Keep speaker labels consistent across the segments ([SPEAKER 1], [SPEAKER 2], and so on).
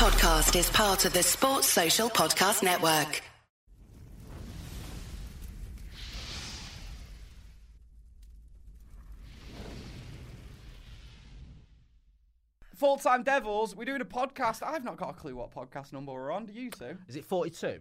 [SPEAKER 1] podcast is part of the Sports Social Podcast Network.
[SPEAKER 2] Full time devils, we're doing a podcast. I've not got a clue what podcast number we're on. Do you two?
[SPEAKER 3] Is it 42?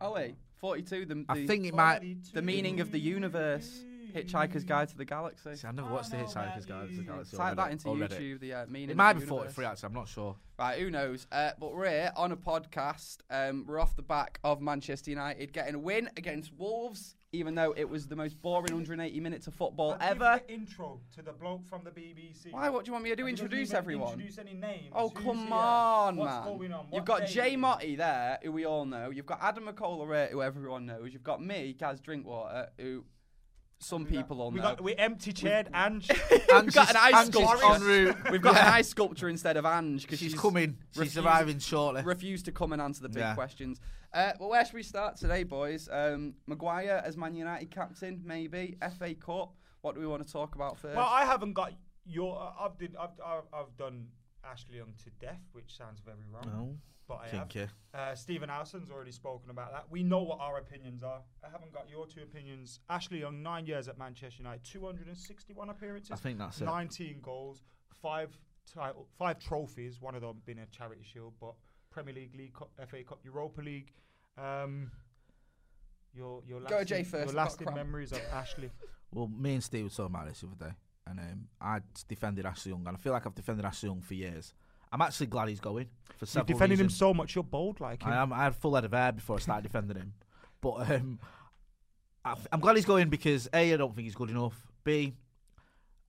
[SPEAKER 2] Oh wait, forty-two. The, the
[SPEAKER 3] I think it might.
[SPEAKER 2] the meaning of the universe. Hitchhiker's Guide to the Galaxy.
[SPEAKER 3] See, I've never watched the Hitchhiker's Guide to the Galaxy.
[SPEAKER 2] Type that
[SPEAKER 3] already-
[SPEAKER 2] into
[SPEAKER 3] already.
[SPEAKER 2] YouTube. The uh, meaning.
[SPEAKER 3] It might
[SPEAKER 2] of
[SPEAKER 3] be
[SPEAKER 2] the
[SPEAKER 3] 43,
[SPEAKER 2] universe.
[SPEAKER 3] actually. I'm not sure.
[SPEAKER 2] Right, who knows? Uh, but we're here on a podcast. Um, we're off the back of Manchester United getting a win against Wolves, even though it was the most boring 180 minutes of football
[SPEAKER 4] I've given
[SPEAKER 2] ever.
[SPEAKER 4] the intro to the bloke from the BBC.
[SPEAKER 2] Why? What do you want me to do?
[SPEAKER 4] He doesn't
[SPEAKER 2] Introduce
[SPEAKER 4] even
[SPEAKER 2] everyone?
[SPEAKER 4] Introduce any names.
[SPEAKER 2] Oh
[SPEAKER 4] Who's
[SPEAKER 2] come
[SPEAKER 4] here?
[SPEAKER 2] on,
[SPEAKER 4] What's
[SPEAKER 2] man!
[SPEAKER 4] going on?
[SPEAKER 2] You've
[SPEAKER 4] What
[SPEAKER 2] got
[SPEAKER 4] day is
[SPEAKER 2] Jay
[SPEAKER 4] it?
[SPEAKER 2] Motti there, who we all know. You've got Adam McCullough, who everyone knows. You've got me, Gaz Drinkwater, who some people all
[SPEAKER 4] We
[SPEAKER 2] know.
[SPEAKER 4] got we empty chaired and
[SPEAKER 3] And
[SPEAKER 2] We've got an ice sculpture.
[SPEAKER 3] en route.
[SPEAKER 2] We've got
[SPEAKER 3] Yeah.
[SPEAKER 2] an ice sculpture instead of Ange because
[SPEAKER 3] She's coming. She's arriving shortly.
[SPEAKER 2] Refused to come and answer the big
[SPEAKER 3] Yeah.
[SPEAKER 2] questions. Uh, well, where should we start today, boys? Um, Maguire as Man United captain, maybe FA Cup. What do we want to talk about first?
[SPEAKER 4] Well, I haven't got your. uh, I've did. I've, I've, I've done Ashley unto death, which sounds very wrong.
[SPEAKER 3] No,
[SPEAKER 4] but I
[SPEAKER 3] Oh, thank you.
[SPEAKER 4] have. Uh, Stephen Allison's already spoken about that. We know what our opinions are. I haven't got your two opinions. Ashley Young, nine years at Manchester United, 261 appearances.
[SPEAKER 3] I think that's it.
[SPEAKER 4] 19 goals, five title, five trophies. One of them being a Charity Shield, but Premier League, League Cup, FA Cup, Europa League. Um, your your
[SPEAKER 2] Go,
[SPEAKER 4] lasting,
[SPEAKER 2] Jay, first. I've
[SPEAKER 4] Your
[SPEAKER 2] got a
[SPEAKER 4] lasting
[SPEAKER 2] cramp.
[SPEAKER 4] memories of Ashley.
[SPEAKER 3] Well, me and Steve were talking about this the other day, and um, I defended Ashley Young, and I feel like I've defended Ashley Young for years. I'm actually glad he's going for
[SPEAKER 4] You're
[SPEAKER 3] several
[SPEAKER 4] defending him
[SPEAKER 3] reasons.
[SPEAKER 4] so much. You're bold like him.
[SPEAKER 3] I am. I had full head of hair before I started defending him, but um, I, am glad he's going because a, I don't think he's good enough. B,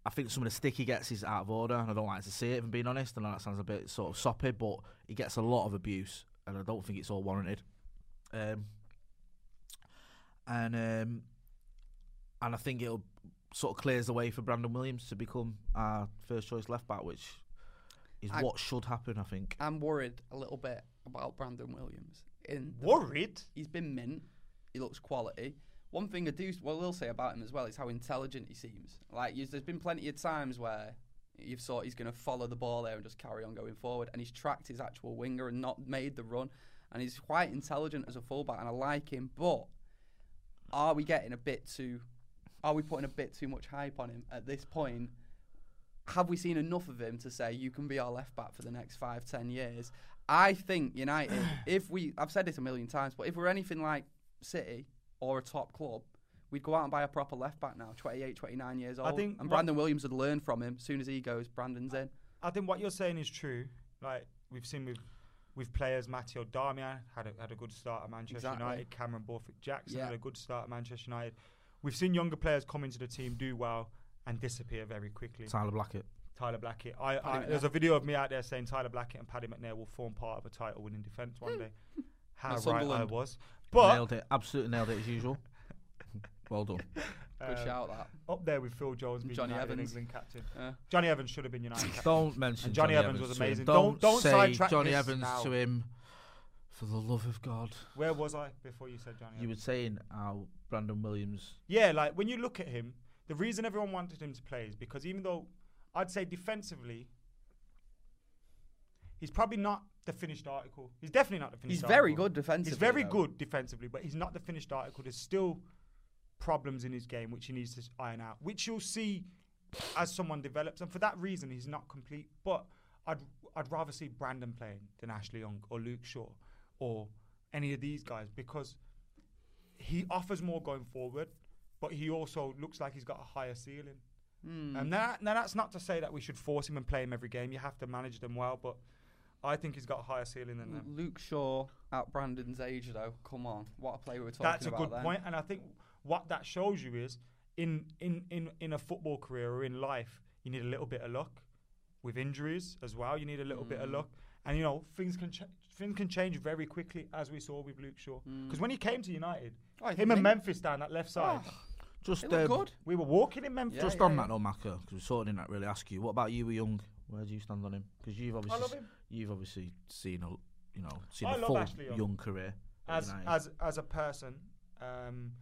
[SPEAKER 3] I think some of the stick he gets is out of order, and I don't like to see it. If I'm being honest, I know that sounds a bit sort of soppy, but he gets a lot of abuse, and I don't think it's all warranted. Um, and um, and I think it'll sort of clears the way for Brandon Williams to become our first choice left back, which is
[SPEAKER 2] I-
[SPEAKER 3] what should happen, I think.
[SPEAKER 2] I'm worried a little bit about Brandon Williams. In the
[SPEAKER 4] Worried.
[SPEAKER 2] He's been mint. He looks quality. One thing I do, well, will say about him as well is how intelligent he seems. Like you- there's been plenty of times where you've thought he's going to follow the ball there and just carry on going forward, and he's tracked his actual winger and not made the run. And he's quite intelligent as a fullback, and I like him. But are we getting a bit too? Are we putting a bit too much hype on him at this point? have we seen enough of him to say you can be our left back for the next five, ten years? I think United, if we, I've said this a million times, but if we're anything like City or a top club, we'd go out and buy a proper left back now, 28, 29 years old.
[SPEAKER 4] think
[SPEAKER 2] and
[SPEAKER 4] what-
[SPEAKER 2] Brandon Williams would learn from him. As soon as he goes, Brandon's in.
[SPEAKER 4] I think what you're saying is true. Like we've seen with with players, Matteo Darmian had a, had a good start at Manchester
[SPEAKER 2] Exactly.
[SPEAKER 4] United. Cameron Borthwick Jackson
[SPEAKER 2] Yeah.
[SPEAKER 4] had a good start at Manchester United. We've seen younger players come into the team, do well, and disappear very quickly.
[SPEAKER 3] Tyler Blackett.
[SPEAKER 4] Tyler Blackett. I, I,
[SPEAKER 2] McNair.
[SPEAKER 4] there's a video of me out there saying Tyler Blackett and Paddy McNair will form part of a title-winning defence one day. How
[SPEAKER 2] And
[SPEAKER 4] right I
[SPEAKER 2] Sunderland.
[SPEAKER 4] was. But
[SPEAKER 3] nailed it. Absolutely nailed it as usual. well done.
[SPEAKER 4] Uh,
[SPEAKER 2] Good shout that.
[SPEAKER 4] up there with Phil Jones being
[SPEAKER 2] Johnny
[SPEAKER 4] United and
[SPEAKER 2] Evans.
[SPEAKER 4] England captain.
[SPEAKER 2] Yeah.
[SPEAKER 4] Johnny Evans should have been United captain.
[SPEAKER 3] Don't mention
[SPEAKER 4] And Johnny Evans was
[SPEAKER 3] to him.
[SPEAKER 4] amazing.
[SPEAKER 3] Don't
[SPEAKER 4] Don't- don't
[SPEAKER 3] say
[SPEAKER 4] sidetrack
[SPEAKER 3] Johnny
[SPEAKER 4] this
[SPEAKER 3] Evans
[SPEAKER 4] now.
[SPEAKER 3] to him. For the love of God,
[SPEAKER 4] Where was I before you said Johnny? Evans?
[SPEAKER 3] you were saying how Brandon Williams.
[SPEAKER 4] Yeah, like when you look at him, the reason everyone wanted him to play is because even though I'd say defensively, he's probably not the finished article. He's definitely not the finished
[SPEAKER 2] He's
[SPEAKER 4] article.
[SPEAKER 2] very good defensively,
[SPEAKER 4] He's very
[SPEAKER 2] though.
[SPEAKER 4] good defensively, but he's not the finished article. There's still problems in his game which he needs to s- iron out, which you'll see as someone develops. And for that reason, he's not complete. But I'd I'd rather see Brandon playing than Ashley Young or Luke Shaw or any of these guys because he offers more going forward, but he also looks like he's got a higher ceiling.
[SPEAKER 2] Hmm.
[SPEAKER 4] And that, now that's not to say that we should force him and play him every game. You have to manage them well, but I think he's got a higher ceiling than them.
[SPEAKER 2] Luke Shaw at Brandon's age, though. Come on, what a player we're talking
[SPEAKER 4] That's a
[SPEAKER 2] about.
[SPEAKER 4] good
[SPEAKER 2] then.
[SPEAKER 4] point, and I think what that shows you is in in in in a football career or in life, you need a little bit of luck with injuries as well. You need a little bit
[SPEAKER 2] Hmm.
[SPEAKER 4] of luck, and you know things can cha- things can change very quickly, as we saw with Luke Shaw.
[SPEAKER 2] Hmm.
[SPEAKER 4] Because when he came to United,
[SPEAKER 2] Oh, he
[SPEAKER 4] him and
[SPEAKER 2] linked-
[SPEAKER 4] Memphis down that left side,
[SPEAKER 2] Ah.
[SPEAKER 3] Just
[SPEAKER 2] He looked
[SPEAKER 3] um,
[SPEAKER 2] good.
[SPEAKER 4] we were walking in Memphis.
[SPEAKER 3] Just on that, though, Maka, because we sort of didn't really ask you. What about you, were Young? Where do you stand on him? Because you've obviously
[SPEAKER 4] love
[SPEAKER 3] s-
[SPEAKER 4] him.
[SPEAKER 3] you've obviously seen a you know seen
[SPEAKER 4] I
[SPEAKER 3] a
[SPEAKER 4] love
[SPEAKER 3] full
[SPEAKER 4] Ashley Young.
[SPEAKER 3] young career. at
[SPEAKER 4] as
[SPEAKER 3] United.
[SPEAKER 4] as as a person, um,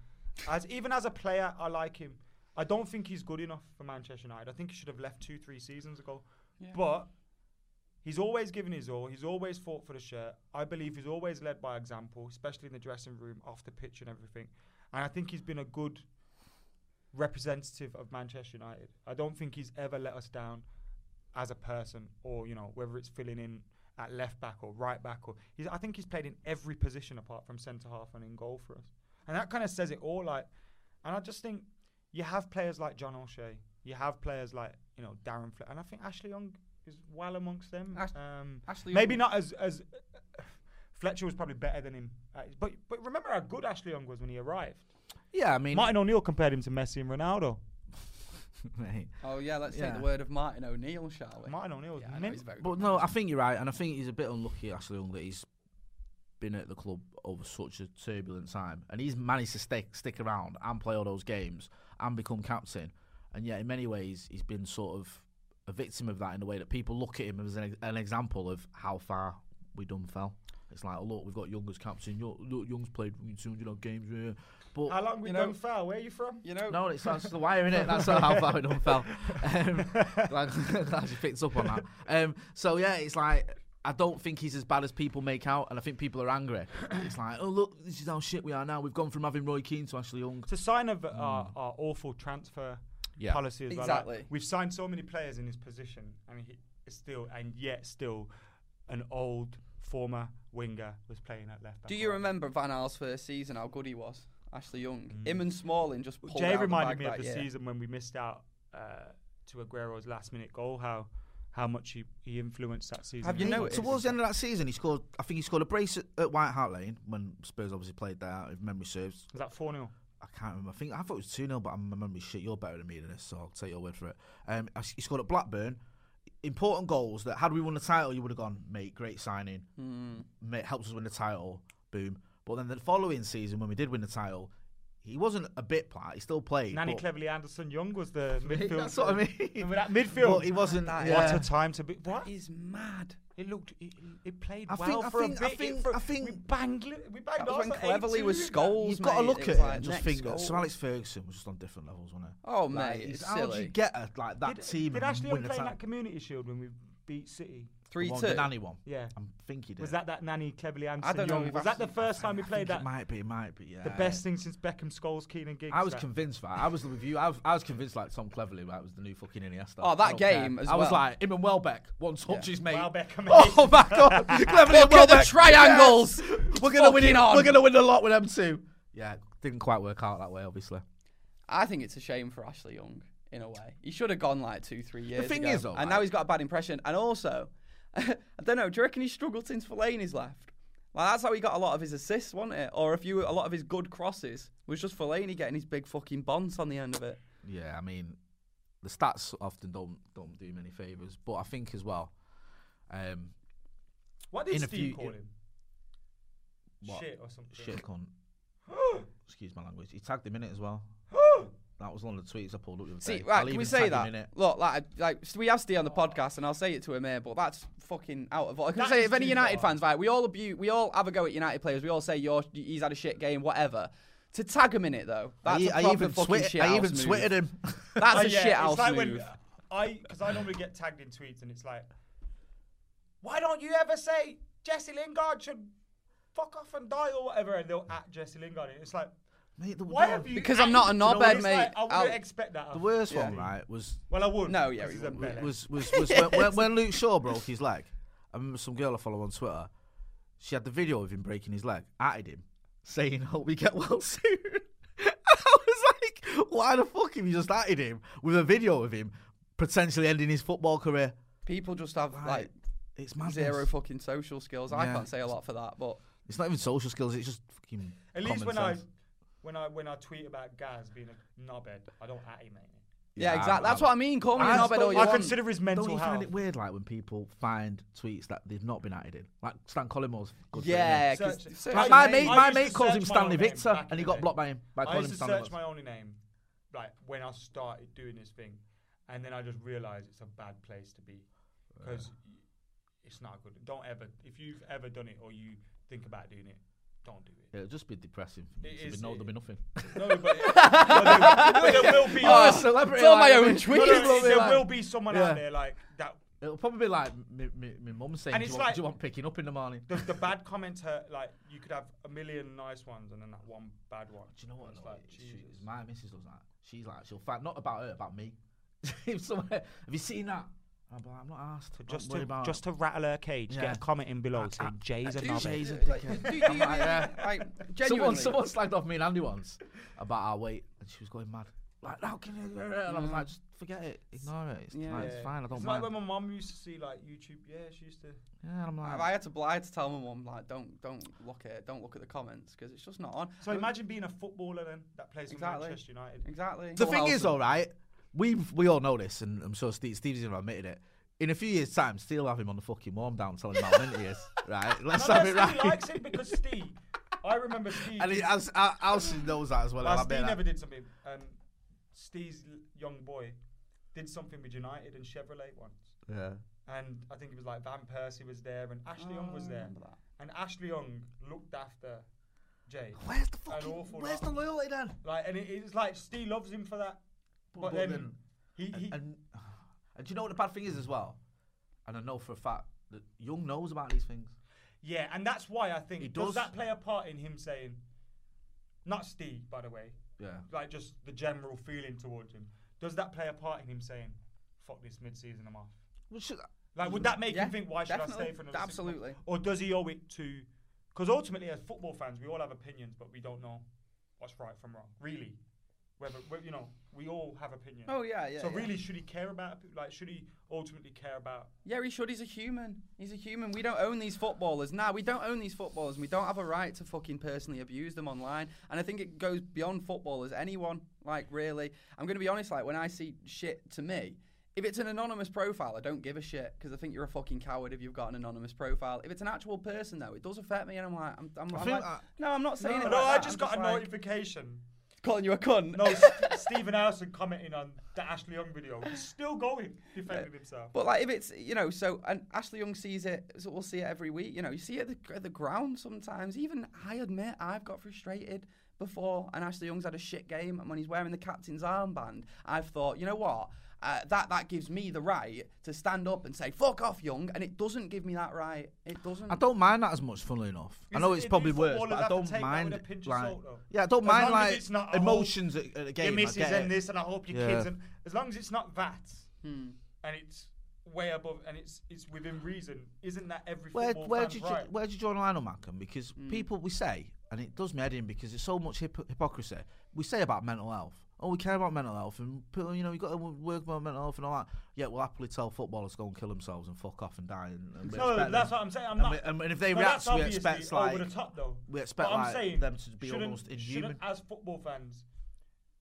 [SPEAKER 4] as even as a player, I like him. I don't think he's good enough for Manchester United. I think he should have left two, three seasons ago. But He's always given his all. He's always fought for the shirt. I believe he's always led by example, especially in the dressing room, off the pitch, and everything. And I think he's been a good representative of Manchester United. I don't think he's ever let us down as a person, or you know, whether it's filling in at left back or right back, or he's, I think he's played in every position apart from centre half and in goal for us. And that kind of says it all. Like, and I just think you have players like John O'Shea, you have players like you know Darren, Fle- and I think Ashley Young is well amongst them.
[SPEAKER 2] Ash-
[SPEAKER 4] um,
[SPEAKER 2] Ashley
[SPEAKER 4] maybe
[SPEAKER 2] Young-
[SPEAKER 4] not as as Fletcher was probably better than him, Uh, but but remember how good Ashley Young was when he arrived.
[SPEAKER 3] Yeah, I mean,
[SPEAKER 4] Martin O'Neill compared him to Messi and Ronaldo.
[SPEAKER 3] mate.
[SPEAKER 2] Oh yeah, let's
[SPEAKER 3] Yeah.
[SPEAKER 2] take the word of Martin O'Neill, shall we?
[SPEAKER 4] Martin O'Neill was
[SPEAKER 2] yeah, I know
[SPEAKER 4] mint.
[SPEAKER 2] he's very
[SPEAKER 3] But
[SPEAKER 2] good.
[SPEAKER 3] no, I think you're right, and I think he's a bit unlucky actually Young, that he's been at the club over such a turbulent time, and he's managed to stick stick around and play all those games and become captain, and yet in many ways he's been sort of a victim of that in the way that people look at him as an, an example of how far we done fell. It's like, oh, look, we've got Young as captain. Yo- Look, Young's played 200 odd games. Yeah. But
[SPEAKER 4] How long we
[SPEAKER 2] You
[SPEAKER 4] done
[SPEAKER 2] know-
[SPEAKER 4] foul? Where are you from?
[SPEAKER 2] You know,
[SPEAKER 3] no, it's that's the wire in it. That's not how far it done fell. Um, glad, glad you picked up on that. Um, so yeah, it's like I don't think he's as bad as people make out, and I think people are angry. It's like, oh look, this is how shit we are now. We've gone from having Roy Keane to Ashley Young.
[SPEAKER 4] It's a sign of uh,
[SPEAKER 2] Hmm.
[SPEAKER 4] our, our awful transfer
[SPEAKER 3] Yeah.
[SPEAKER 4] policy as well. Like,
[SPEAKER 2] Exactly.
[SPEAKER 4] we've signed so many players in his position, and he is still, and yet still, an old former winger was playing at left. back
[SPEAKER 2] do you
[SPEAKER 4] right.
[SPEAKER 2] remember Van Gaal's first season? How good he was, Ashley Young. Him and Smalling just pulled
[SPEAKER 4] Mm. Jay
[SPEAKER 2] out the
[SPEAKER 4] reminded
[SPEAKER 2] bag
[SPEAKER 4] me of
[SPEAKER 2] that
[SPEAKER 4] the
[SPEAKER 2] year.
[SPEAKER 4] season when we missed out uh, to Aguero's last minute goal. How how much he, he influenced that season.
[SPEAKER 2] Have you
[SPEAKER 4] He-
[SPEAKER 3] Hey,
[SPEAKER 2] noticed?
[SPEAKER 3] Towards the end of that season, he scored. I think he scored a brace at, at White Hart Lane when Spurs obviously played there. If memory serves,
[SPEAKER 4] Was that four 0
[SPEAKER 3] I can't remember. I think I thought it was 2 0, but I'm- my memory's shit. You're better than me in this, so I'll take your word for it. Um, I s- he scored at Blackburn. Important goals that had we won the title, you would have gone, mate, great signing.
[SPEAKER 2] Mm.
[SPEAKER 3] Mate, helps us win the title. Boom. But then the following season, when we did win the title, he wasn't a bit player. He still played.
[SPEAKER 4] Nanny
[SPEAKER 3] but-
[SPEAKER 4] Cleverly Anderson Young was the midfield.
[SPEAKER 3] That's what I mean.
[SPEAKER 4] Remember that midfield?
[SPEAKER 3] But he wasn't.
[SPEAKER 2] That-
[SPEAKER 3] yeah.
[SPEAKER 4] What a time to be. What?
[SPEAKER 2] He's mad.
[SPEAKER 4] It looked. It, it played
[SPEAKER 3] I
[SPEAKER 4] well
[SPEAKER 3] think- I
[SPEAKER 4] for
[SPEAKER 3] think-
[SPEAKER 4] a
[SPEAKER 3] I
[SPEAKER 4] bit. It
[SPEAKER 3] think-
[SPEAKER 4] fro-
[SPEAKER 3] I think-
[SPEAKER 4] we banged. li- We banged.
[SPEAKER 2] That was when
[SPEAKER 4] Arsenal
[SPEAKER 2] Cleverly
[SPEAKER 4] 8-2.
[SPEAKER 2] was scold.
[SPEAKER 3] You've got to
[SPEAKER 2] mate. It
[SPEAKER 3] look at
[SPEAKER 2] was
[SPEAKER 3] it
[SPEAKER 2] like
[SPEAKER 3] and just
[SPEAKER 2] next
[SPEAKER 3] think that
[SPEAKER 2] goal.
[SPEAKER 3] Sir Alex Ferguson was just on different levels, wasn't he?
[SPEAKER 2] Oh
[SPEAKER 3] Like,
[SPEAKER 2] mate, it's
[SPEAKER 3] how do you
[SPEAKER 2] silly.
[SPEAKER 3] get a, like that
[SPEAKER 4] Did,
[SPEAKER 3] team?
[SPEAKER 4] did
[SPEAKER 3] and
[SPEAKER 4] Ashley
[SPEAKER 3] win
[SPEAKER 4] Young
[SPEAKER 3] the
[SPEAKER 4] play in
[SPEAKER 3] title?
[SPEAKER 4] that Community Shield when we beat City?
[SPEAKER 2] Three
[SPEAKER 3] The one-
[SPEAKER 2] two.
[SPEAKER 3] The nanny one.
[SPEAKER 4] Yeah.
[SPEAKER 3] I think he did.
[SPEAKER 4] Was that that Nanny Cleverly Anderson?
[SPEAKER 2] I don't know
[SPEAKER 4] Young?
[SPEAKER 2] if
[SPEAKER 4] Was that the
[SPEAKER 2] Ashley-
[SPEAKER 4] first time we
[SPEAKER 3] I
[SPEAKER 4] played
[SPEAKER 3] think
[SPEAKER 4] that?
[SPEAKER 3] It might be. It might be. Yeah.
[SPEAKER 4] The best thing since Beckham, Scholes, Keane, Giggs.
[SPEAKER 3] Uh, I was
[SPEAKER 4] that.
[SPEAKER 3] convinced, right? I was with you. I was, I was convinced, like Tom Cleverly, right, was the new fucking Iniesta.
[SPEAKER 2] Oh, that
[SPEAKER 3] I don't care.
[SPEAKER 2] game as
[SPEAKER 3] I was
[SPEAKER 2] well.
[SPEAKER 3] like him and Welbeck. One touches, mate.
[SPEAKER 4] Well, Beckham.
[SPEAKER 3] Oh my god, Cleverly and
[SPEAKER 2] Look at the
[SPEAKER 3] Welbeck.
[SPEAKER 2] triangles.
[SPEAKER 3] Yes! We're gonna win
[SPEAKER 2] Fucking
[SPEAKER 3] it.
[SPEAKER 2] on.
[SPEAKER 3] We're gonna win a lot with them two. Yeah, didn't quite work out that way, obviously.
[SPEAKER 2] I think it's a shame for Ashley Young in a way. He should have gone like two, three years.
[SPEAKER 3] thing
[SPEAKER 2] ago.
[SPEAKER 3] is, though,
[SPEAKER 2] and
[SPEAKER 3] like-
[SPEAKER 2] now he's got a bad impression. And also, I don't know. Do you reckon he struggled since Fellaini's left? Like that's how he got a lot of his assists, wasn't it? Or a few, a lot of his good crosses was just Fellaini getting his big fucking bonds on the end of it.
[SPEAKER 3] Yeah, I mean, the stats often don't don't do him any favors, but I think as well, um,
[SPEAKER 4] What did
[SPEAKER 3] In a
[SPEAKER 4] Steve
[SPEAKER 3] few-
[SPEAKER 4] call him?
[SPEAKER 3] what?
[SPEAKER 4] Shit or something.
[SPEAKER 3] shit cunt. Excuse my language. He tagged him in it as well. That was one of the tweets I pulled up the other
[SPEAKER 2] See,
[SPEAKER 3] day.
[SPEAKER 2] right?
[SPEAKER 3] I'll
[SPEAKER 2] Can we
[SPEAKER 3] even
[SPEAKER 2] say
[SPEAKER 3] tag him in
[SPEAKER 2] that?
[SPEAKER 3] it.
[SPEAKER 2] Look, like, like so we have Steve on the podcast, and I'll say it to him here, but that's fucking out of order. Can I
[SPEAKER 4] That
[SPEAKER 2] say
[SPEAKER 4] is
[SPEAKER 2] if any
[SPEAKER 4] too
[SPEAKER 2] United
[SPEAKER 4] far.
[SPEAKER 2] fans, right? We all abuse, we all have a go at United players. We all say you're, he's had a shit game, whatever. To tag him in it though, that's a
[SPEAKER 3] I,
[SPEAKER 2] proper
[SPEAKER 3] even
[SPEAKER 2] fucking
[SPEAKER 3] twit-
[SPEAKER 2] shit
[SPEAKER 3] I
[SPEAKER 2] house
[SPEAKER 3] even
[SPEAKER 2] move.
[SPEAKER 3] twittered him.
[SPEAKER 2] That's
[SPEAKER 4] Oh,
[SPEAKER 2] a
[SPEAKER 4] yeah,
[SPEAKER 2] shit
[SPEAKER 4] it's
[SPEAKER 2] house
[SPEAKER 4] like
[SPEAKER 2] move.
[SPEAKER 4] when I, because I normally get tagged in tweets, and it's like, why don't you ever say Jesse Lingard should fuck off and die or whatever, and they'll at Jesse Lingard. It's like,
[SPEAKER 3] Mate, the,
[SPEAKER 4] why
[SPEAKER 3] the-
[SPEAKER 4] have you?
[SPEAKER 2] Because I'm not a
[SPEAKER 4] Do you know
[SPEAKER 2] knobhead,
[SPEAKER 4] what? It's
[SPEAKER 2] mate.
[SPEAKER 4] Like, I
[SPEAKER 2] I'll-
[SPEAKER 4] wouldn't expect that.
[SPEAKER 3] The
[SPEAKER 4] of-
[SPEAKER 3] worst one,
[SPEAKER 2] Yeah.
[SPEAKER 3] right, was
[SPEAKER 4] Well, I would.
[SPEAKER 2] No, yeah, he
[SPEAKER 4] because he's a
[SPEAKER 2] wouldn't.
[SPEAKER 4] belly.
[SPEAKER 3] was was, was when, when, when Luke Shaw broke his leg. I remember some girl I follow on Twitter. She had the video of him breaking his leg, at him, saying, "Hope we get well soon." I was like, "Why the fuck have you just atted him with a video of him potentially ending his football career?"
[SPEAKER 2] People just have like
[SPEAKER 3] It's madness.
[SPEAKER 2] zero fucking social skills. I
[SPEAKER 3] Yeah.
[SPEAKER 2] can't say a lot for that, but
[SPEAKER 3] It's not even social skills. It's just fucking.
[SPEAKER 4] At least
[SPEAKER 3] common
[SPEAKER 4] when I,
[SPEAKER 3] sense.
[SPEAKER 4] when I when I tweet about Gaz being a knobhead, I don't at him, mate.
[SPEAKER 2] yeah,
[SPEAKER 3] Yeah,
[SPEAKER 2] exactly.
[SPEAKER 3] I-
[SPEAKER 2] That's what I mean. Call me a
[SPEAKER 3] I
[SPEAKER 2] knobhead
[SPEAKER 3] suppose-
[SPEAKER 2] all you
[SPEAKER 3] I
[SPEAKER 4] I
[SPEAKER 2] want.
[SPEAKER 4] consider his mental
[SPEAKER 3] Don't you
[SPEAKER 4] health.
[SPEAKER 3] find it weird, like when people find tweets that they've not been atted in, like Stan Collingwood's good. for him,
[SPEAKER 2] yeah, 'cause-
[SPEAKER 4] Search it.
[SPEAKER 2] search
[SPEAKER 3] Like
[SPEAKER 2] his
[SPEAKER 3] my
[SPEAKER 2] name.
[SPEAKER 3] mate,
[SPEAKER 4] I
[SPEAKER 3] my
[SPEAKER 4] used to
[SPEAKER 3] mate calls him
[SPEAKER 4] search my own
[SPEAKER 3] Stanley
[SPEAKER 4] name
[SPEAKER 3] Victor,
[SPEAKER 4] back in
[SPEAKER 3] and he
[SPEAKER 4] the
[SPEAKER 3] got
[SPEAKER 4] day.
[SPEAKER 3] blocked by him by
[SPEAKER 4] I
[SPEAKER 3] calling
[SPEAKER 4] used
[SPEAKER 3] him
[SPEAKER 4] to
[SPEAKER 3] Stanley
[SPEAKER 4] search
[SPEAKER 3] Victor.
[SPEAKER 4] my only name, like when I started doing this thing, and then I just realised it's a bad place to be because it's not good. Don't ever, if you've ever done it or you think about doing it, don't do it.
[SPEAKER 3] It'll just be depressing. For me.
[SPEAKER 4] It
[SPEAKER 3] so we
[SPEAKER 4] is-
[SPEAKER 3] know
[SPEAKER 4] it-
[SPEAKER 3] there'll be nothing.
[SPEAKER 4] No, but, but there, but there will be.
[SPEAKER 3] You're a celebrity.
[SPEAKER 2] it's all my
[SPEAKER 3] like,
[SPEAKER 2] own
[SPEAKER 3] we-
[SPEAKER 2] tweets.
[SPEAKER 4] no, no,
[SPEAKER 3] we
[SPEAKER 4] there
[SPEAKER 3] like-
[SPEAKER 4] will be someone
[SPEAKER 3] Yeah.
[SPEAKER 4] out there like that.
[SPEAKER 3] It'll probably be like my, my, my mum saying,
[SPEAKER 4] And
[SPEAKER 3] do
[SPEAKER 4] it's
[SPEAKER 3] you, want,
[SPEAKER 4] like-
[SPEAKER 3] do you want picking up in the morning?
[SPEAKER 4] The, the bad comments hurt. Like you could have a million nice ones and then that one bad one.
[SPEAKER 3] Do you know what?
[SPEAKER 4] It's
[SPEAKER 3] though?
[SPEAKER 4] like
[SPEAKER 3] It's-
[SPEAKER 4] Jesus.
[SPEAKER 3] it's my missus does that. She's like, she'll fight not about her, about me. if someone, have you seen that? I'm, like, I'm not asked. I'm not
[SPEAKER 4] Just
[SPEAKER 3] worried
[SPEAKER 4] to,
[SPEAKER 3] about
[SPEAKER 4] just
[SPEAKER 3] it.
[SPEAKER 4] to rattle her cage,
[SPEAKER 3] Yeah.
[SPEAKER 4] get a comment in below
[SPEAKER 3] I-
[SPEAKER 4] saying Jay's a
[SPEAKER 2] Do-
[SPEAKER 4] knobhead.
[SPEAKER 3] Jay's a
[SPEAKER 2] like,
[SPEAKER 3] dickhead.
[SPEAKER 2] do- do
[SPEAKER 3] I'm
[SPEAKER 2] you-
[SPEAKER 3] like, yeah.
[SPEAKER 2] like,
[SPEAKER 3] Someone,
[SPEAKER 2] genuinely.
[SPEAKER 3] someone slagged off me and Andy once about our weight, and she was going mad. Like, how can you? And I was like, just forget it, ignore it. It's,
[SPEAKER 2] Yeah.
[SPEAKER 3] like, it's
[SPEAKER 4] Yeah.
[SPEAKER 3] fine. I don't
[SPEAKER 4] It's
[SPEAKER 3] mind.
[SPEAKER 4] like when my mum used to see like YouTube. Yeah, she used to.
[SPEAKER 3] yeah, and I'm like,
[SPEAKER 2] I I had to I had to tell my mum like don't don't look at it, don't look at the comments because it's just not on.
[SPEAKER 4] So imagine being a footballer then that plays
[SPEAKER 2] Exactly.
[SPEAKER 4] for Manchester United.
[SPEAKER 2] exactly.
[SPEAKER 3] the
[SPEAKER 2] Full
[SPEAKER 3] thing is,
[SPEAKER 2] house.
[SPEAKER 3] all right, we we all know this, and I'm sure Steve Steve's even admitted it. In a few years' time, still have him on the fucking warm down, telling him how mint he is. Right? Let's
[SPEAKER 4] Not
[SPEAKER 3] have it
[SPEAKER 4] that Steve
[SPEAKER 3] right.
[SPEAKER 4] likes it because Steve. I remember Steve.
[SPEAKER 3] And he, Al- Al- Alison knows that as well.
[SPEAKER 4] Well,
[SPEAKER 3] I'll admit
[SPEAKER 4] Steve
[SPEAKER 3] that.
[SPEAKER 4] never did something. Um, Steve's l- young boy did something with United and Chevrolet once.
[SPEAKER 3] Yeah.
[SPEAKER 4] And I think it was like Van Persie was there and Ashley
[SPEAKER 2] Oh,
[SPEAKER 4] Young
[SPEAKER 2] I
[SPEAKER 4] was there.
[SPEAKER 2] remember that.
[SPEAKER 4] And Ashley Young looked after Jay.
[SPEAKER 3] Where's the
[SPEAKER 4] An
[SPEAKER 3] fucking?
[SPEAKER 4] awful
[SPEAKER 3] Where's
[SPEAKER 4] lot.
[SPEAKER 3] the loyalty then?
[SPEAKER 4] Like, and it, it's like Steve loves him for that. But,
[SPEAKER 3] but
[SPEAKER 4] then,
[SPEAKER 3] then-
[SPEAKER 4] he, he
[SPEAKER 3] And, and do you know what the bad thing is as well? And I know for a fact that Young knows about these things.
[SPEAKER 4] yeah, and that's why I think
[SPEAKER 3] He
[SPEAKER 4] does.
[SPEAKER 3] does.
[SPEAKER 4] that play a part in him saying, not Steve, by the way,
[SPEAKER 3] Yeah.
[SPEAKER 4] like just the general feeling towards him. Does that play a part in him saying, "Fuck this mid-season, I'm off"?
[SPEAKER 3] Well, should,
[SPEAKER 4] Like, would that make
[SPEAKER 2] Mm. Yeah,
[SPEAKER 4] him think, why should
[SPEAKER 2] definitely.
[SPEAKER 4] I stay for another six months?"
[SPEAKER 2] Absolutely.
[SPEAKER 4] Or does he owe it to. Because ultimately, as football fans, we all have opinions, but we don't know what's right from wrong, really. Whether, we- you know, we all have opinions.
[SPEAKER 2] Oh yeah, yeah.
[SPEAKER 4] so,
[SPEAKER 2] yeah.
[SPEAKER 4] really, should he care about. Like, should he ultimately care about.
[SPEAKER 2] Yeah, he should. He's a human. He's a human. We don't own these footballers. Nah, we don't own these footballers, and we don't have a right to fucking personally abuse them online. And I think it goes beyond footballers. Anyone, like, really. I'm going to be honest, like, when I see shit to me, if it's an anonymous profile, I don't give a shit because I think you're a fucking coward if you've got an anonymous profile. If it's an actual person, though, it does affect me, and I'm like, I'm, I'm,
[SPEAKER 3] I
[SPEAKER 2] I'm
[SPEAKER 3] think
[SPEAKER 2] like,
[SPEAKER 3] I-
[SPEAKER 2] no, I'm not saying
[SPEAKER 4] No,
[SPEAKER 2] it.
[SPEAKER 4] no,
[SPEAKER 2] like
[SPEAKER 4] I
[SPEAKER 2] that.
[SPEAKER 4] just
[SPEAKER 2] I'm
[SPEAKER 4] got a
[SPEAKER 2] like,
[SPEAKER 4] notification.
[SPEAKER 2] calling you a cunt.
[SPEAKER 4] No, St- Stephen Allison commenting on the Ashley Young video. He's still going, defending
[SPEAKER 2] Uh,
[SPEAKER 4] himself.
[SPEAKER 2] But like, if it's you know, so and Ashley Young sees it, so we'll see it every week. You know, you see it at the, at the ground sometimes. Even I admit I've got frustrated before, and Ashley Young's had a shit game, and when he's wearing the captain's armband, I've thought, you know what? Uh, that that gives me the right to stand up and say fuck off, Young, and it doesn't give me that right. It doesn't.
[SPEAKER 3] I don't mind that as much, funnily enough. I
[SPEAKER 4] Is
[SPEAKER 3] know
[SPEAKER 4] it-
[SPEAKER 3] it's
[SPEAKER 4] do
[SPEAKER 3] probably worse,
[SPEAKER 4] footballers
[SPEAKER 3] but I
[SPEAKER 4] have to
[SPEAKER 3] don't
[SPEAKER 4] take that
[SPEAKER 3] mind.
[SPEAKER 4] with a pinch of
[SPEAKER 3] like,
[SPEAKER 4] salt, though?
[SPEAKER 3] yeah, I don't
[SPEAKER 4] As
[SPEAKER 3] mind
[SPEAKER 4] long as
[SPEAKER 3] like
[SPEAKER 4] it's not a whole-
[SPEAKER 3] emotions at, at a game.
[SPEAKER 4] your
[SPEAKER 3] I
[SPEAKER 4] missus
[SPEAKER 3] get
[SPEAKER 4] and
[SPEAKER 3] it.
[SPEAKER 4] this, and I hope your
[SPEAKER 3] Yeah.
[SPEAKER 4] kids. And as long as it's not that, and it's way above, and it's it's within reason, isn't that every
[SPEAKER 3] Where
[SPEAKER 4] football
[SPEAKER 3] where
[SPEAKER 4] fan's Mm.
[SPEAKER 3] do you
[SPEAKER 4] right?
[SPEAKER 3] where do you draw the line on Malcolm? Because people we say, and it does me head in because there's so much hip- hypocrisy. We say about mental health. Oh, we care about mental health, and people, you know, you got to work about mental health and all that. Yeah, we'll happily tell footballers to go and kill themselves and fuck off and die. And, and we
[SPEAKER 4] no,
[SPEAKER 3] expect
[SPEAKER 4] that's
[SPEAKER 3] them.
[SPEAKER 4] what I'm saying. I'm
[SPEAKER 3] And
[SPEAKER 4] not.
[SPEAKER 3] we- and- and if they
[SPEAKER 4] no,
[SPEAKER 3] react,
[SPEAKER 4] that's
[SPEAKER 3] we
[SPEAKER 4] obviously
[SPEAKER 3] expect,
[SPEAKER 4] over
[SPEAKER 3] like-
[SPEAKER 4] the top though.
[SPEAKER 3] we expect,
[SPEAKER 4] But I'm
[SPEAKER 3] like,
[SPEAKER 4] saying,
[SPEAKER 3] them to be
[SPEAKER 4] shouldn't-
[SPEAKER 3] almost inhuman.
[SPEAKER 4] Shouldn't, as football fans,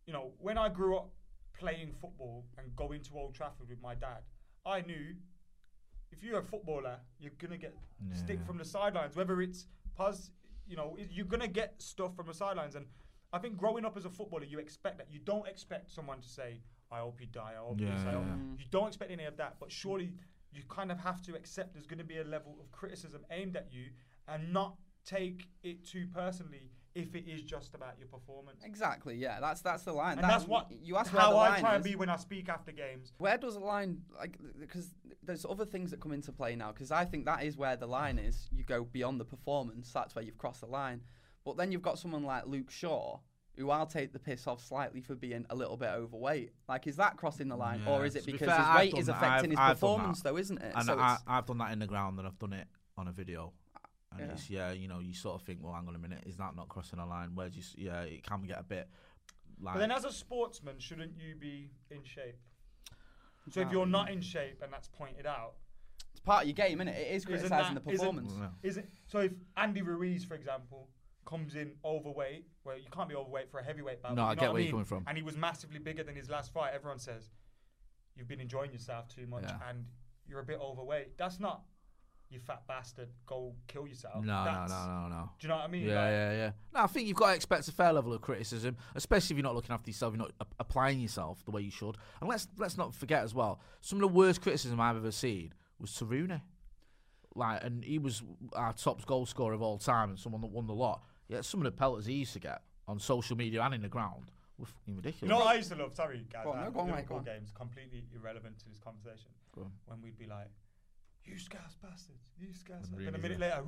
[SPEAKER 4] you know, when I grew up playing football and going to Old Trafford with my dad, I knew if you're a footballer, you're gonna get stick
[SPEAKER 3] Yeah.
[SPEAKER 4] from the sidelines, whether it's pos, you know, it- you're gonna get stuff from the sidelines. And I think growing up as a footballer, you expect that. You don't expect someone to say, "I hope you die," "I hope this,"
[SPEAKER 3] Yeah,
[SPEAKER 4] "I hope."
[SPEAKER 3] yeah.
[SPEAKER 4] You don't expect any of that. But surely you kind of have to accept there's gonna be a level of criticism aimed at you, and not take it too personally if it is just about your performance.
[SPEAKER 2] exactly. Yeah, that's that's the line.
[SPEAKER 4] And
[SPEAKER 2] That-
[SPEAKER 4] that's what
[SPEAKER 2] you asked. where
[SPEAKER 4] how
[SPEAKER 2] the
[SPEAKER 4] I
[SPEAKER 2] line
[SPEAKER 4] try
[SPEAKER 2] is.
[SPEAKER 4] and be when I speak after games.
[SPEAKER 2] Where does the line like because there's other things that come into play now because I think that is where the line is. You go beyond the performance, that's where you've crossed the line. But then you've got someone like Luke Shaw who I'll take the piss off slightly for being a little bit overweight. Like is that crossing the line or
[SPEAKER 3] Yeah,
[SPEAKER 2] is it
[SPEAKER 3] to be
[SPEAKER 2] because
[SPEAKER 3] fair,
[SPEAKER 2] his
[SPEAKER 3] I've
[SPEAKER 2] weight
[SPEAKER 3] done
[SPEAKER 2] is
[SPEAKER 3] that.
[SPEAKER 2] affecting
[SPEAKER 3] I've-
[SPEAKER 2] his
[SPEAKER 3] I've done
[SPEAKER 2] performance
[SPEAKER 3] that.
[SPEAKER 2] though, isn't it?
[SPEAKER 3] And
[SPEAKER 2] so
[SPEAKER 3] I,
[SPEAKER 2] it's,
[SPEAKER 3] I've done that in the ground, and I've done it on a video. And
[SPEAKER 2] Yeah.
[SPEAKER 3] it's yeah, you know, you sort of think, well, hang on a minute, is that not crossing a line? Where do you, s- yeah, it can get a bit like.
[SPEAKER 4] But then, as a sportsman, shouldn't you be in shape? So if you're not in shape and that's pointed out,
[SPEAKER 2] it's part of your game, isn't it? It is
[SPEAKER 4] isn't
[SPEAKER 2] criticizing
[SPEAKER 4] that-
[SPEAKER 2] the
[SPEAKER 4] isn't-
[SPEAKER 2] performance.
[SPEAKER 3] Yeah.
[SPEAKER 4] Is it so? If Andy Ruiz, for example, comes in overweight, well, you can't be overweight for a heavyweight battle.
[SPEAKER 3] No,
[SPEAKER 4] you
[SPEAKER 3] I
[SPEAKER 4] know
[SPEAKER 3] get
[SPEAKER 4] what
[SPEAKER 3] where
[SPEAKER 4] I
[SPEAKER 3] you're
[SPEAKER 4] mean?
[SPEAKER 3] coming from.
[SPEAKER 4] And he was massively bigger than his last fight. Everyone says you've been enjoying yourself too much
[SPEAKER 3] Yeah.
[SPEAKER 4] and you're a bit overweight. That's not you fat bastard. Go kill yourself.
[SPEAKER 3] no, no,
[SPEAKER 4] Oh, That's-
[SPEAKER 3] no, no, no.
[SPEAKER 4] Do you know what I mean?
[SPEAKER 3] Yeah,
[SPEAKER 4] Like,
[SPEAKER 3] yeah, yeah. No, I think you've got to expect a fair level of criticism, especially if you're not looking after yourself, you're not a- applying yourself the way you should. And let's let's not forget as well, some of the worst criticism I've ever seen was to Rooney. Like, and he was our top goal scorer of all time, and someone that won the lot. Yeah, some of the pelters he used to get on social media and in the ground were fucking ridiculous.
[SPEAKER 4] You know what I used to love? Sorry, guys.
[SPEAKER 2] Go on,
[SPEAKER 4] I
[SPEAKER 2] no,
[SPEAKER 4] had
[SPEAKER 2] go on, mate,
[SPEAKER 4] Liverpool
[SPEAKER 2] go on.
[SPEAKER 4] games completely irrelevant to this conversation.
[SPEAKER 3] Go on.
[SPEAKER 4] when we'd be like, "You scouse bastards, you scouse."
[SPEAKER 5] And
[SPEAKER 4] bastards." Then a
[SPEAKER 5] Rooney's
[SPEAKER 4] minute later,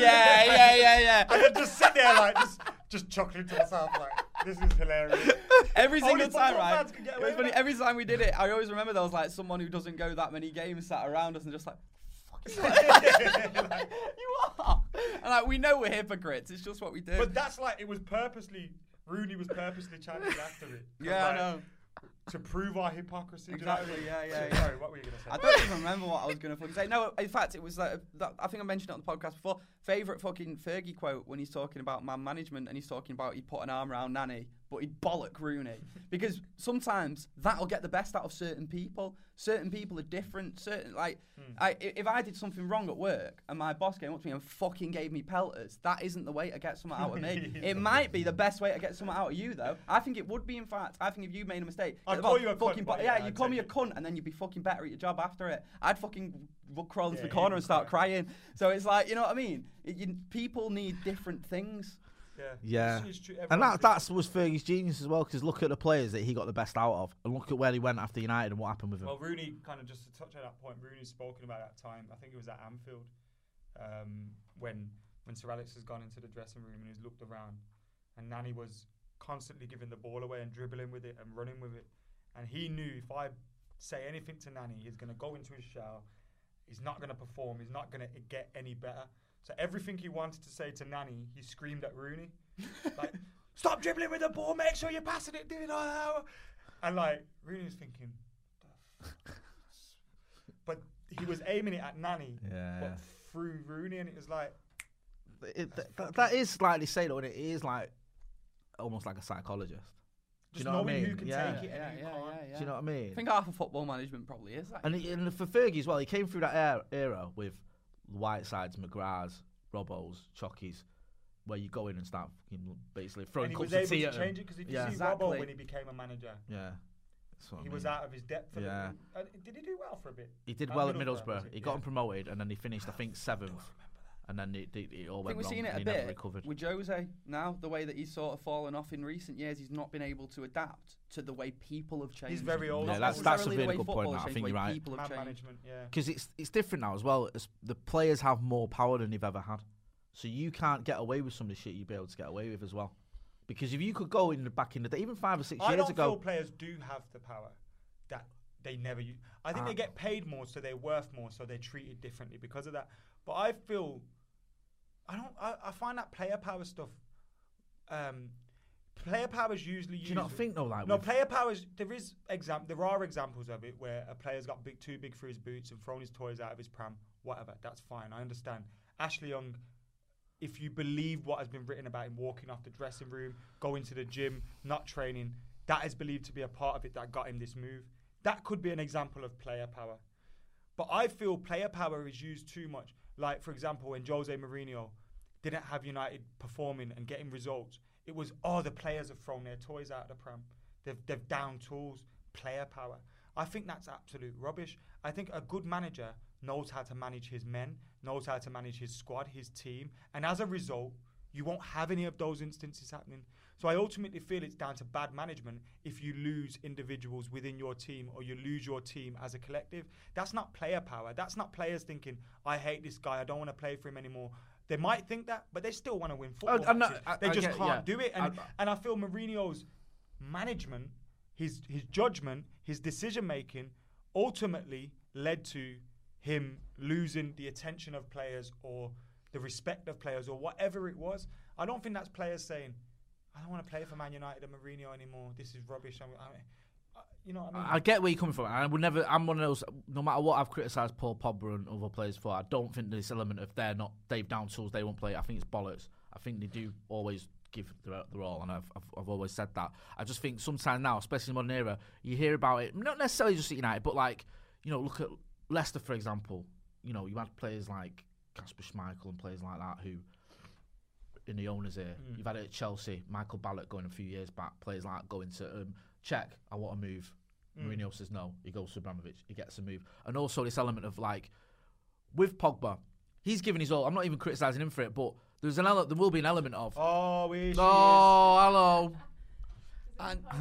[SPEAKER 2] Yeah, yeah, yeah, yeah.
[SPEAKER 4] And I'd just sit there like just just chuckling to myself like, "This is hilarious."
[SPEAKER 2] Every
[SPEAKER 4] Only
[SPEAKER 2] single time,
[SPEAKER 4] football
[SPEAKER 2] right?
[SPEAKER 4] fans can get
[SPEAKER 2] It
[SPEAKER 4] away
[SPEAKER 2] was
[SPEAKER 4] with
[SPEAKER 2] funny.
[SPEAKER 4] that.
[SPEAKER 2] Every time we did it, I always remember there was like someone who doesn't go that many games sat around us and just like,
[SPEAKER 4] Like,
[SPEAKER 2] you are. And like, we know we're hypocrites. It's just what we do.
[SPEAKER 4] but that's like it was purposely. Rooney was purposely chanted after it. 'Cause,
[SPEAKER 2] yeah, I
[SPEAKER 4] like,
[SPEAKER 2] know.
[SPEAKER 4] To prove our hypocrisy. do you know what I
[SPEAKER 2] Exactly,
[SPEAKER 4] mean?
[SPEAKER 2] yeah, yeah,
[SPEAKER 4] So-
[SPEAKER 2] yeah.
[SPEAKER 4] Sorry, what were you gonna say?
[SPEAKER 2] I don't even remember what I was going to fucking say. No, in fact, it was like, that, I think I mentioned it on the podcast before. Favorite fucking Fergie quote when he's talking about man management and he's talking about he'd put an arm around Nanny, but he'd bollock Rooney because sometimes that'll get the best out of certain people. Certain people are different. Certain like,
[SPEAKER 4] Hmm.
[SPEAKER 2] I, i- if I did something wrong at work and my boss came up to me and fucking gave me pelters, that isn't the way to get someone out of me. it might be the best way to get someone out of you, though. I think it would be. In fact, I think if you made a mistake,
[SPEAKER 4] I'd
[SPEAKER 2] get the
[SPEAKER 4] call
[SPEAKER 2] ball,
[SPEAKER 4] you a cunt,
[SPEAKER 2] fucking.
[SPEAKER 4] but
[SPEAKER 2] bo-
[SPEAKER 4] yeah,
[SPEAKER 2] yeah, you
[SPEAKER 4] I'd
[SPEAKER 2] call
[SPEAKER 4] take
[SPEAKER 2] me a
[SPEAKER 4] it.
[SPEAKER 2] cunt, and then you'd be fucking better at your job after it. I'd fucking w- crawl into
[SPEAKER 4] Yeah,
[SPEAKER 2] the corner
[SPEAKER 4] you
[SPEAKER 2] and start
[SPEAKER 4] would
[SPEAKER 2] crying. So it's like, you know what I mean? It- you- people need different things.
[SPEAKER 3] Yeah.
[SPEAKER 4] It's- it's true,
[SPEAKER 3] And
[SPEAKER 4] everyone's
[SPEAKER 3] that that's was Fergie's genius as well because look at the players that he got the best out of, and look at where he went after United and what happened with him.
[SPEAKER 4] Well, Rooney kind of just to touch on that point. Rooney's spoken about that time. I think it was at Anfield um, when when Sir Alex has gone into the dressing room and he's looked around, and Nani was constantly giving the ball away and dribbling with it and running with it, and he knew if I say anything to Nani, he's going to go into his shell. He's not going to perform. He's not going to get any better. So everything he wanted to say to Nani, he screamed at Rooney, like, "Stop dribbling with the ball. Make sure you're passing it. Do it all." And like Rooney's thinking, but he was aiming it at Nani,
[SPEAKER 3] Yeah.
[SPEAKER 4] but through Rooney, and it was like,
[SPEAKER 3] It- th- th- that is like they say though, and it is like almost like a psychologist. Do
[SPEAKER 4] just
[SPEAKER 3] you know
[SPEAKER 4] knowing
[SPEAKER 3] what I mean?
[SPEAKER 4] who can
[SPEAKER 3] yeah.
[SPEAKER 4] take it and who can't.
[SPEAKER 3] Do you know what I mean?
[SPEAKER 2] I think half of football management probably is that.
[SPEAKER 3] And, he, and for Fergie as well, he came through that era, era with Whitesides, McGraths, Robbo's, Chockies, where you go in and start fucking basically throwing
[SPEAKER 4] And he was
[SPEAKER 3] cups
[SPEAKER 4] able
[SPEAKER 3] of
[SPEAKER 4] to
[SPEAKER 3] tea at
[SPEAKER 4] change it
[SPEAKER 3] 'em.
[SPEAKER 4] because if you
[SPEAKER 3] yeah.
[SPEAKER 4] see
[SPEAKER 2] Exactly.
[SPEAKER 4] Robbo when he became a manager,
[SPEAKER 3] yeah. That's what I
[SPEAKER 4] he was
[SPEAKER 3] mean.
[SPEAKER 4] out of his depth. For
[SPEAKER 3] Yeah.
[SPEAKER 4] the, uh, did he do well for a bit?
[SPEAKER 3] He did
[SPEAKER 4] Uh,
[SPEAKER 3] well at
[SPEAKER 4] was
[SPEAKER 3] Middlesbrough.
[SPEAKER 4] it?
[SPEAKER 3] He got
[SPEAKER 4] Yeah.
[SPEAKER 3] him promoted, and then he finished, I think, seventh. And then it, it, it all
[SPEAKER 2] I think
[SPEAKER 3] went
[SPEAKER 2] we're
[SPEAKER 3] wrong.
[SPEAKER 2] seeing
[SPEAKER 3] and
[SPEAKER 2] it a
[SPEAKER 3] he never
[SPEAKER 2] bit
[SPEAKER 3] recovered.
[SPEAKER 2] with Jose now. The way that he's sort of fallen off in recent years, he's not been able to adapt to the way people have changed.
[SPEAKER 4] very old.
[SPEAKER 2] Not
[SPEAKER 4] Yeah, that's- that's a
[SPEAKER 2] necessarily the
[SPEAKER 3] really
[SPEAKER 2] way
[SPEAKER 3] good point,
[SPEAKER 2] football has
[SPEAKER 3] Matt. I
[SPEAKER 2] changed,
[SPEAKER 3] think
[SPEAKER 2] the way
[SPEAKER 3] you're right.
[SPEAKER 2] People have
[SPEAKER 4] Man
[SPEAKER 2] changed.
[SPEAKER 4] management, yeah.
[SPEAKER 3] because it's it's different now as well. As the players have more power than they've ever had, so you can't get away with some of the shit you'd be able to get away with as well. Because if you could go in the back in the day, even five or six
[SPEAKER 4] I
[SPEAKER 3] years
[SPEAKER 4] don't feel
[SPEAKER 3] ago,
[SPEAKER 4] players do have the power that they never use. I
[SPEAKER 3] Ah.
[SPEAKER 4] think they get paid more, so they're worth more, so they're treated differently because of that. But I feel, I don't. I, I find that player power stuff. Um, player power is usually.
[SPEAKER 3] do you not think though? Like
[SPEAKER 4] No,
[SPEAKER 3] with-
[SPEAKER 4] player power is there is exam there are examples of it where a player's got big too big for his boots and thrown his toys out of his pram. Whatever, that's fine. I understand. Ashley Young, if you believe what has been written about him walking off the dressing room, going to the gym, not training, that is believed to be a part of it that got him this move. That could be an example of player power. But I feel player power is used too much. Like, for example, when Jose Mourinho didn't have United performing and getting results, it was, oh, the players have thrown their toys out of the pram. They've, they've down tools, player power. I think that's absolute rubbish. I think a good manager knows how to manage his men, knows how to manage his squad, his team. And as a result, you won't have any of those instances happening. So I ultimately feel it's down to bad management if you lose individuals within your team or you lose your team as a collective. That's not player power. That's not players thinking, I hate this guy, I don't want to play for him anymore. They might think that, but they still want to win football.
[SPEAKER 3] Oh, I'm not-
[SPEAKER 4] matches.
[SPEAKER 3] I-
[SPEAKER 4] they
[SPEAKER 3] I
[SPEAKER 4] just
[SPEAKER 3] get-
[SPEAKER 4] can't
[SPEAKER 3] yeah.
[SPEAKER 4] do it. And,
[SPEAKER 3] I-
[SPEAKER 4] and I feel Mourinho's management, his his judgment, his decision making, ultimately led to him losing the attention of players or the respect of players or whatever it was. I don't think that's players saying, "I don't want to play for Man United and Mourinho anymore. This is rubbish." I'm, I, you know what I mean?
[SPEAKER 3] I get where you're coming from. and I would never. I'm one of those. No matter what I've criticised Paul Pogba and other players for, I don't think this element of they're not they've down tools they won't play. I think it's bollocks. I think they do always give their, their all, and I've, I've I've always said that. I just think sometimes now, especially in modern era, you hear about it. Not necessarily just at United, but like you know, look at Leicester for example. You know, you had players like Casper Schmeichel and players like that who in the owners here.
[SPEAKER 2] Hmm.
[SPEAKER 3] You've had it at Chelsea, Michael Ballack going a few years back, players like going to um, check, I want to move.
[SPEAKER 2] Hmm.
[SPEAKER 3] Mourinho says no, he goes to Abramovich, he gets a move. And also this element of like, with Pogba, he's giving his all. I'm not even criticising him for
[SPEAKER 2] Oh,
[SPEAKER 3] it, but there's an element, there will be an element of,
[SPEAKER 4] oh, here she is.
[SPEAKER 3] oh, hello.
[SPEAKER 2] And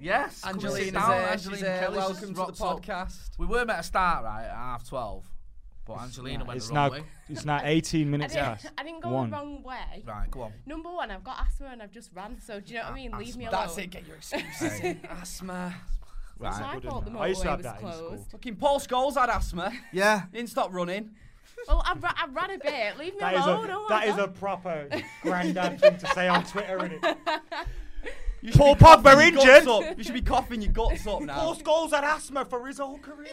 [SPEAKER 3] Yes, come and sit
[SPEAKER 2] Angelina's
[SPEAKER 3] down.
[SPEAKER 2] here.
[SPEAKER 3] Angelina
[SPEAKER 2] She's here.
[SPEAKER 3] Kelly's just
[SPEAKER 2] Welcome to the
[SPEAKER 3] rocked up.
[SPEAKER 2] podcast.
[SPEAKER 3] We were meant to start right at half twelve, but Angelina went
[SPEAKER 4] it's
[SPEAKER 3] the wrong
[SPEAKER 4] now
[SPEAKER 3] way.
[SPEAKER 4] it's now 18
[SPEAKER 5] I
[SPEAKER 4] minutes
[SPEAKER 5] didn't,
[SPEAKER 4] past.
[SPEAKER 5] I didn't go
[SPEAKER 4] One.
[SPEAKER 5] the wrong way.
[SPEAKER 3] Right, go on.
[SPEAKER 5] Number one, I've got asthma and I've just ran, so do you know what I mean? Leave me alone.
[SPEAKER 2] That's it. Get your excuses in. Asthma.
[SPEAKER 5] It's
[SPEAKER 3] Right.
[SPEAKER 5] my fault the
[SPEAKER 4] I used to
[SPEAKER 5] motorway
[SPEAKER 4] have
[SPEAKER 5] was
[SPEAKER 4] that in school.
[SPEAKER 5] closed.
[SPEAKER 2] Fucking Paul Scholes had asthma.
[SPEAKER 3] Yeah.
[SPEAKER 2] He didn't stop running.
[SPEAKER 5] Well, I, ra- I ran a bit. Leave me
[SPEAKER 4] That is
[SPEAKER 5] alone.
[SPEAKER 4] a
[SPEAKER 5] oh my
[SPEAKER 4] that is a
[SPEAKER 5] God.
[SPEAKER 4] proper granddad thing to say on Twitter, isn't it?
[SPEAKER 2] You should
[SPEAKER 4] Paul
[SPEAKER 2] be coughing
[SPEAKER 4] Pogba
[SPEAKER 2] your
[SPEAKER 4] injured.
[SPEAKER 2] guts up. You should be coughing your guts up now.
[SPEAKER 4] Paul Scholes had asthma for his whole career.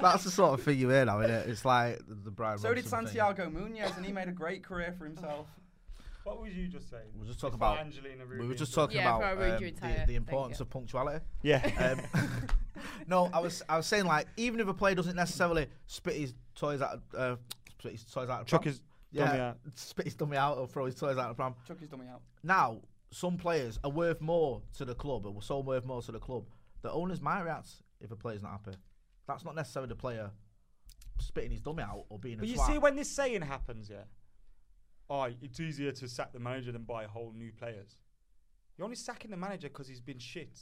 [SPEAKER 3] That's the sort of thing you hear now, isn't it? It's like the, the Brian.
[SPEAKER 2] So did
[SPEAKER 3] Robson thing.
[SPEAKER 2] Santiago Munoz, and he made a great career for himself.
[SPEAKER 4] what was you just saying?
[SPEAKER 3] We'll just talk
[SPEAKER 4] Before
[SPEAKER 3] about-
[SPEAKER 4] Angelina Ruby
[SPEAKER 3] We were just
[SPEAKER 4] and stuff.
[SPEAKER 3] talking
[SPEAKER 5] Yeah,
[SPEAKER 3] about
[SPEAKER 5] before I ruined
[SPEAKER 3] um,
[SPEAKER 5] your
[SPEAKER 3] the,
[SPEAKER 5] entire
[SPEAKER 3] the
[SPEAKER 5] thing,
[SPEAKER 3] importance
[SPEAKER 5] yeah.
[SPEAKER 3] of punctuality.
[SPEAKER 4] Yeah.
[SPEAKER 3] Um, no, I was I was saying like even if a player doesn't necessarily spit his toys out, uh, spit his toys out. Of
[SPEAKER 4] Chuck
[SPEAKER 3] pram,
[SPEAKER 4] his
[SPEAKER 3] yeah,
[SPEAKER 4] dummy out.
[SPEAKER 3] spit his dummy out or throw his toys out of pram.
[SPEAKER 2] Chuck his dummy out.
[SPEAKER 3] Now some players are worth more to the club, or were so worth more to the club. The owners might react if a player's not happy. That's not necessarily the player spitting his dummy out or being a
[SPEAKER 4] But you
[SPEAKER 3] twat.
[SPEAKER 4] see, when this saying happens, yeah, oh, it's easier to sack the manager than buy whole new players. You're only sacking the manager because he's been shit.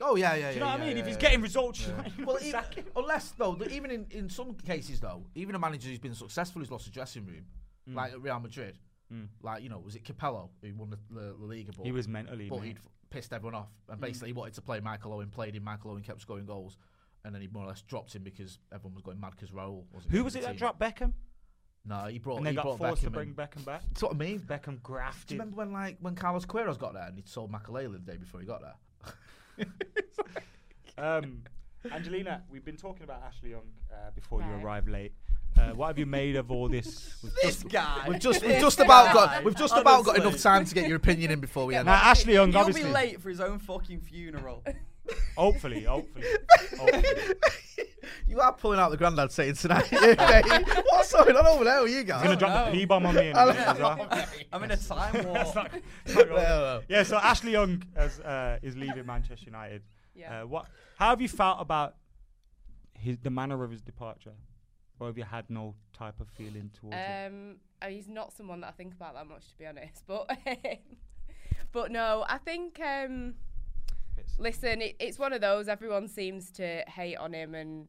[SPEAKER 3] oh yeah, yeah, yeah.
[SPEAKER 4] Do you know what
[SPEAKER 3] yeah,
[SPEAKER 4] I mean?
[SPEAKER 3] yeah,
[SPEAKER 4] if he's
[SPEAKER 3] yeah.
[SPEAKER 4] getting results, you're not- you're
[SPEAKER 3] Well,
[SPEAKER 4] not
[SPEAKER 3] even,
[SPEAKER 4] sacking. him.
[SPEAKER 3] unless though, that even in, in some cases though, even a manager who's been successful who's lost a dressing room,
[SPEAKER 4] Mm.
[SPEAKER 3] like at Real Madrid, like you know, was it Capello who won the, the, the league? But,
[SPEAKER 4] He was mentally.
[SPEAKER 3] but
[SPEAKER 4] mate. Mm.
[SPEAKER 3] he'd f- pissed everyone off, and basically he wanted to play Michael Owen, played him. Michael Owen kept scoring goals, and then he more or less dropped him because everyone was going mad because Raul wasn't.
[SPEAKER 4] Who
[SPEAKER 3] in
[SPEAKER 4] was
[SPEAKER 3] the
[SPEAKER 4] it that
[SPEAKER 3] team.
[SPEAKER 4] dropped Beckham?
[SPEAKER 3] No, he brought.
[SPEAKER 4] And they
[SPEAKER 3] he
[SPEAKER 4] got
[SPEAKER 3] brought
[SPEAKER 4] forced
[SPEAKER 3] Beckham
[SPEAKER 4] to bring
[SPEAKER 3] in.
[SPEAKER 4] Beckham back.
[SPEAKER 3] That's what I mean. Do
[SPEAKER 4] Beckham
[SPEAKER 3] you
[SPEAKER 4] grafted.
[SPEAKER 3] remember when like when Carlos Queiroz got there and he sold Makalele the day before he got there?
[SPEAKER 4] Um, Angelina, we've been talking about Ashley Young uh, before you
[SPEAKER 5] Right.
[SPEAKER 4] arrived late. Uh, what have you made of all this? We've
[SPEAKER 2] This
[SPEAKER 4] just-
[SPEAKER 2] guy.
[SPEAKER 3] We've just we've
[SPEAKER 2] This
[SPEAKER 3] just about
[SPEAKER 2] guy.
[SPEAKER 3] got we've just about got
[SPEAKER 2] Honestly.
[SPEAKER 3] enough time to get your opinion in before we end.
[SPEAKER 4] now, Ashley Young,
[SPEAKER 2] He'll
[SPEAKER 4] obviously.
[SPEAKER 2] be late for his own fucking funeral.
[SPEAKER 4] Hopefully, hopefully. hopefully.
[SPEAKER 3] You are pulling out the granddad saying tonight. What's going on over there with you
[SPEAKER 4] He's gonna
[SPEAKER 3] guys?
[SPEAKER 4] drop
[SPEAKER 2] no.
[SPEAKER 4] the P bomb on me. In a minute as well.
[SPEAKER 2] I'm in a time war.
[SPEAKER 4] That's not- that's not gonna
[SPEAKER 3] Yeah,
[SPEAKER 4] work. yeah, so Ashley Young has, uh, is leaving Manchester United.
[SPEAKER 5] Yeah.
[SPEAKER 4] Uh, what? How have you felt about his, the manner of his departure, or have you had no type of feeling towards it?
[SPEAKER 5] Um, oh, he's not someone that I think about that much, to be honest. But, but no, I think. Um,
[SPEAKER 4] It's-
[SPEAKER 5] listen, it, it's one of those. Everyone seems to hate on him, and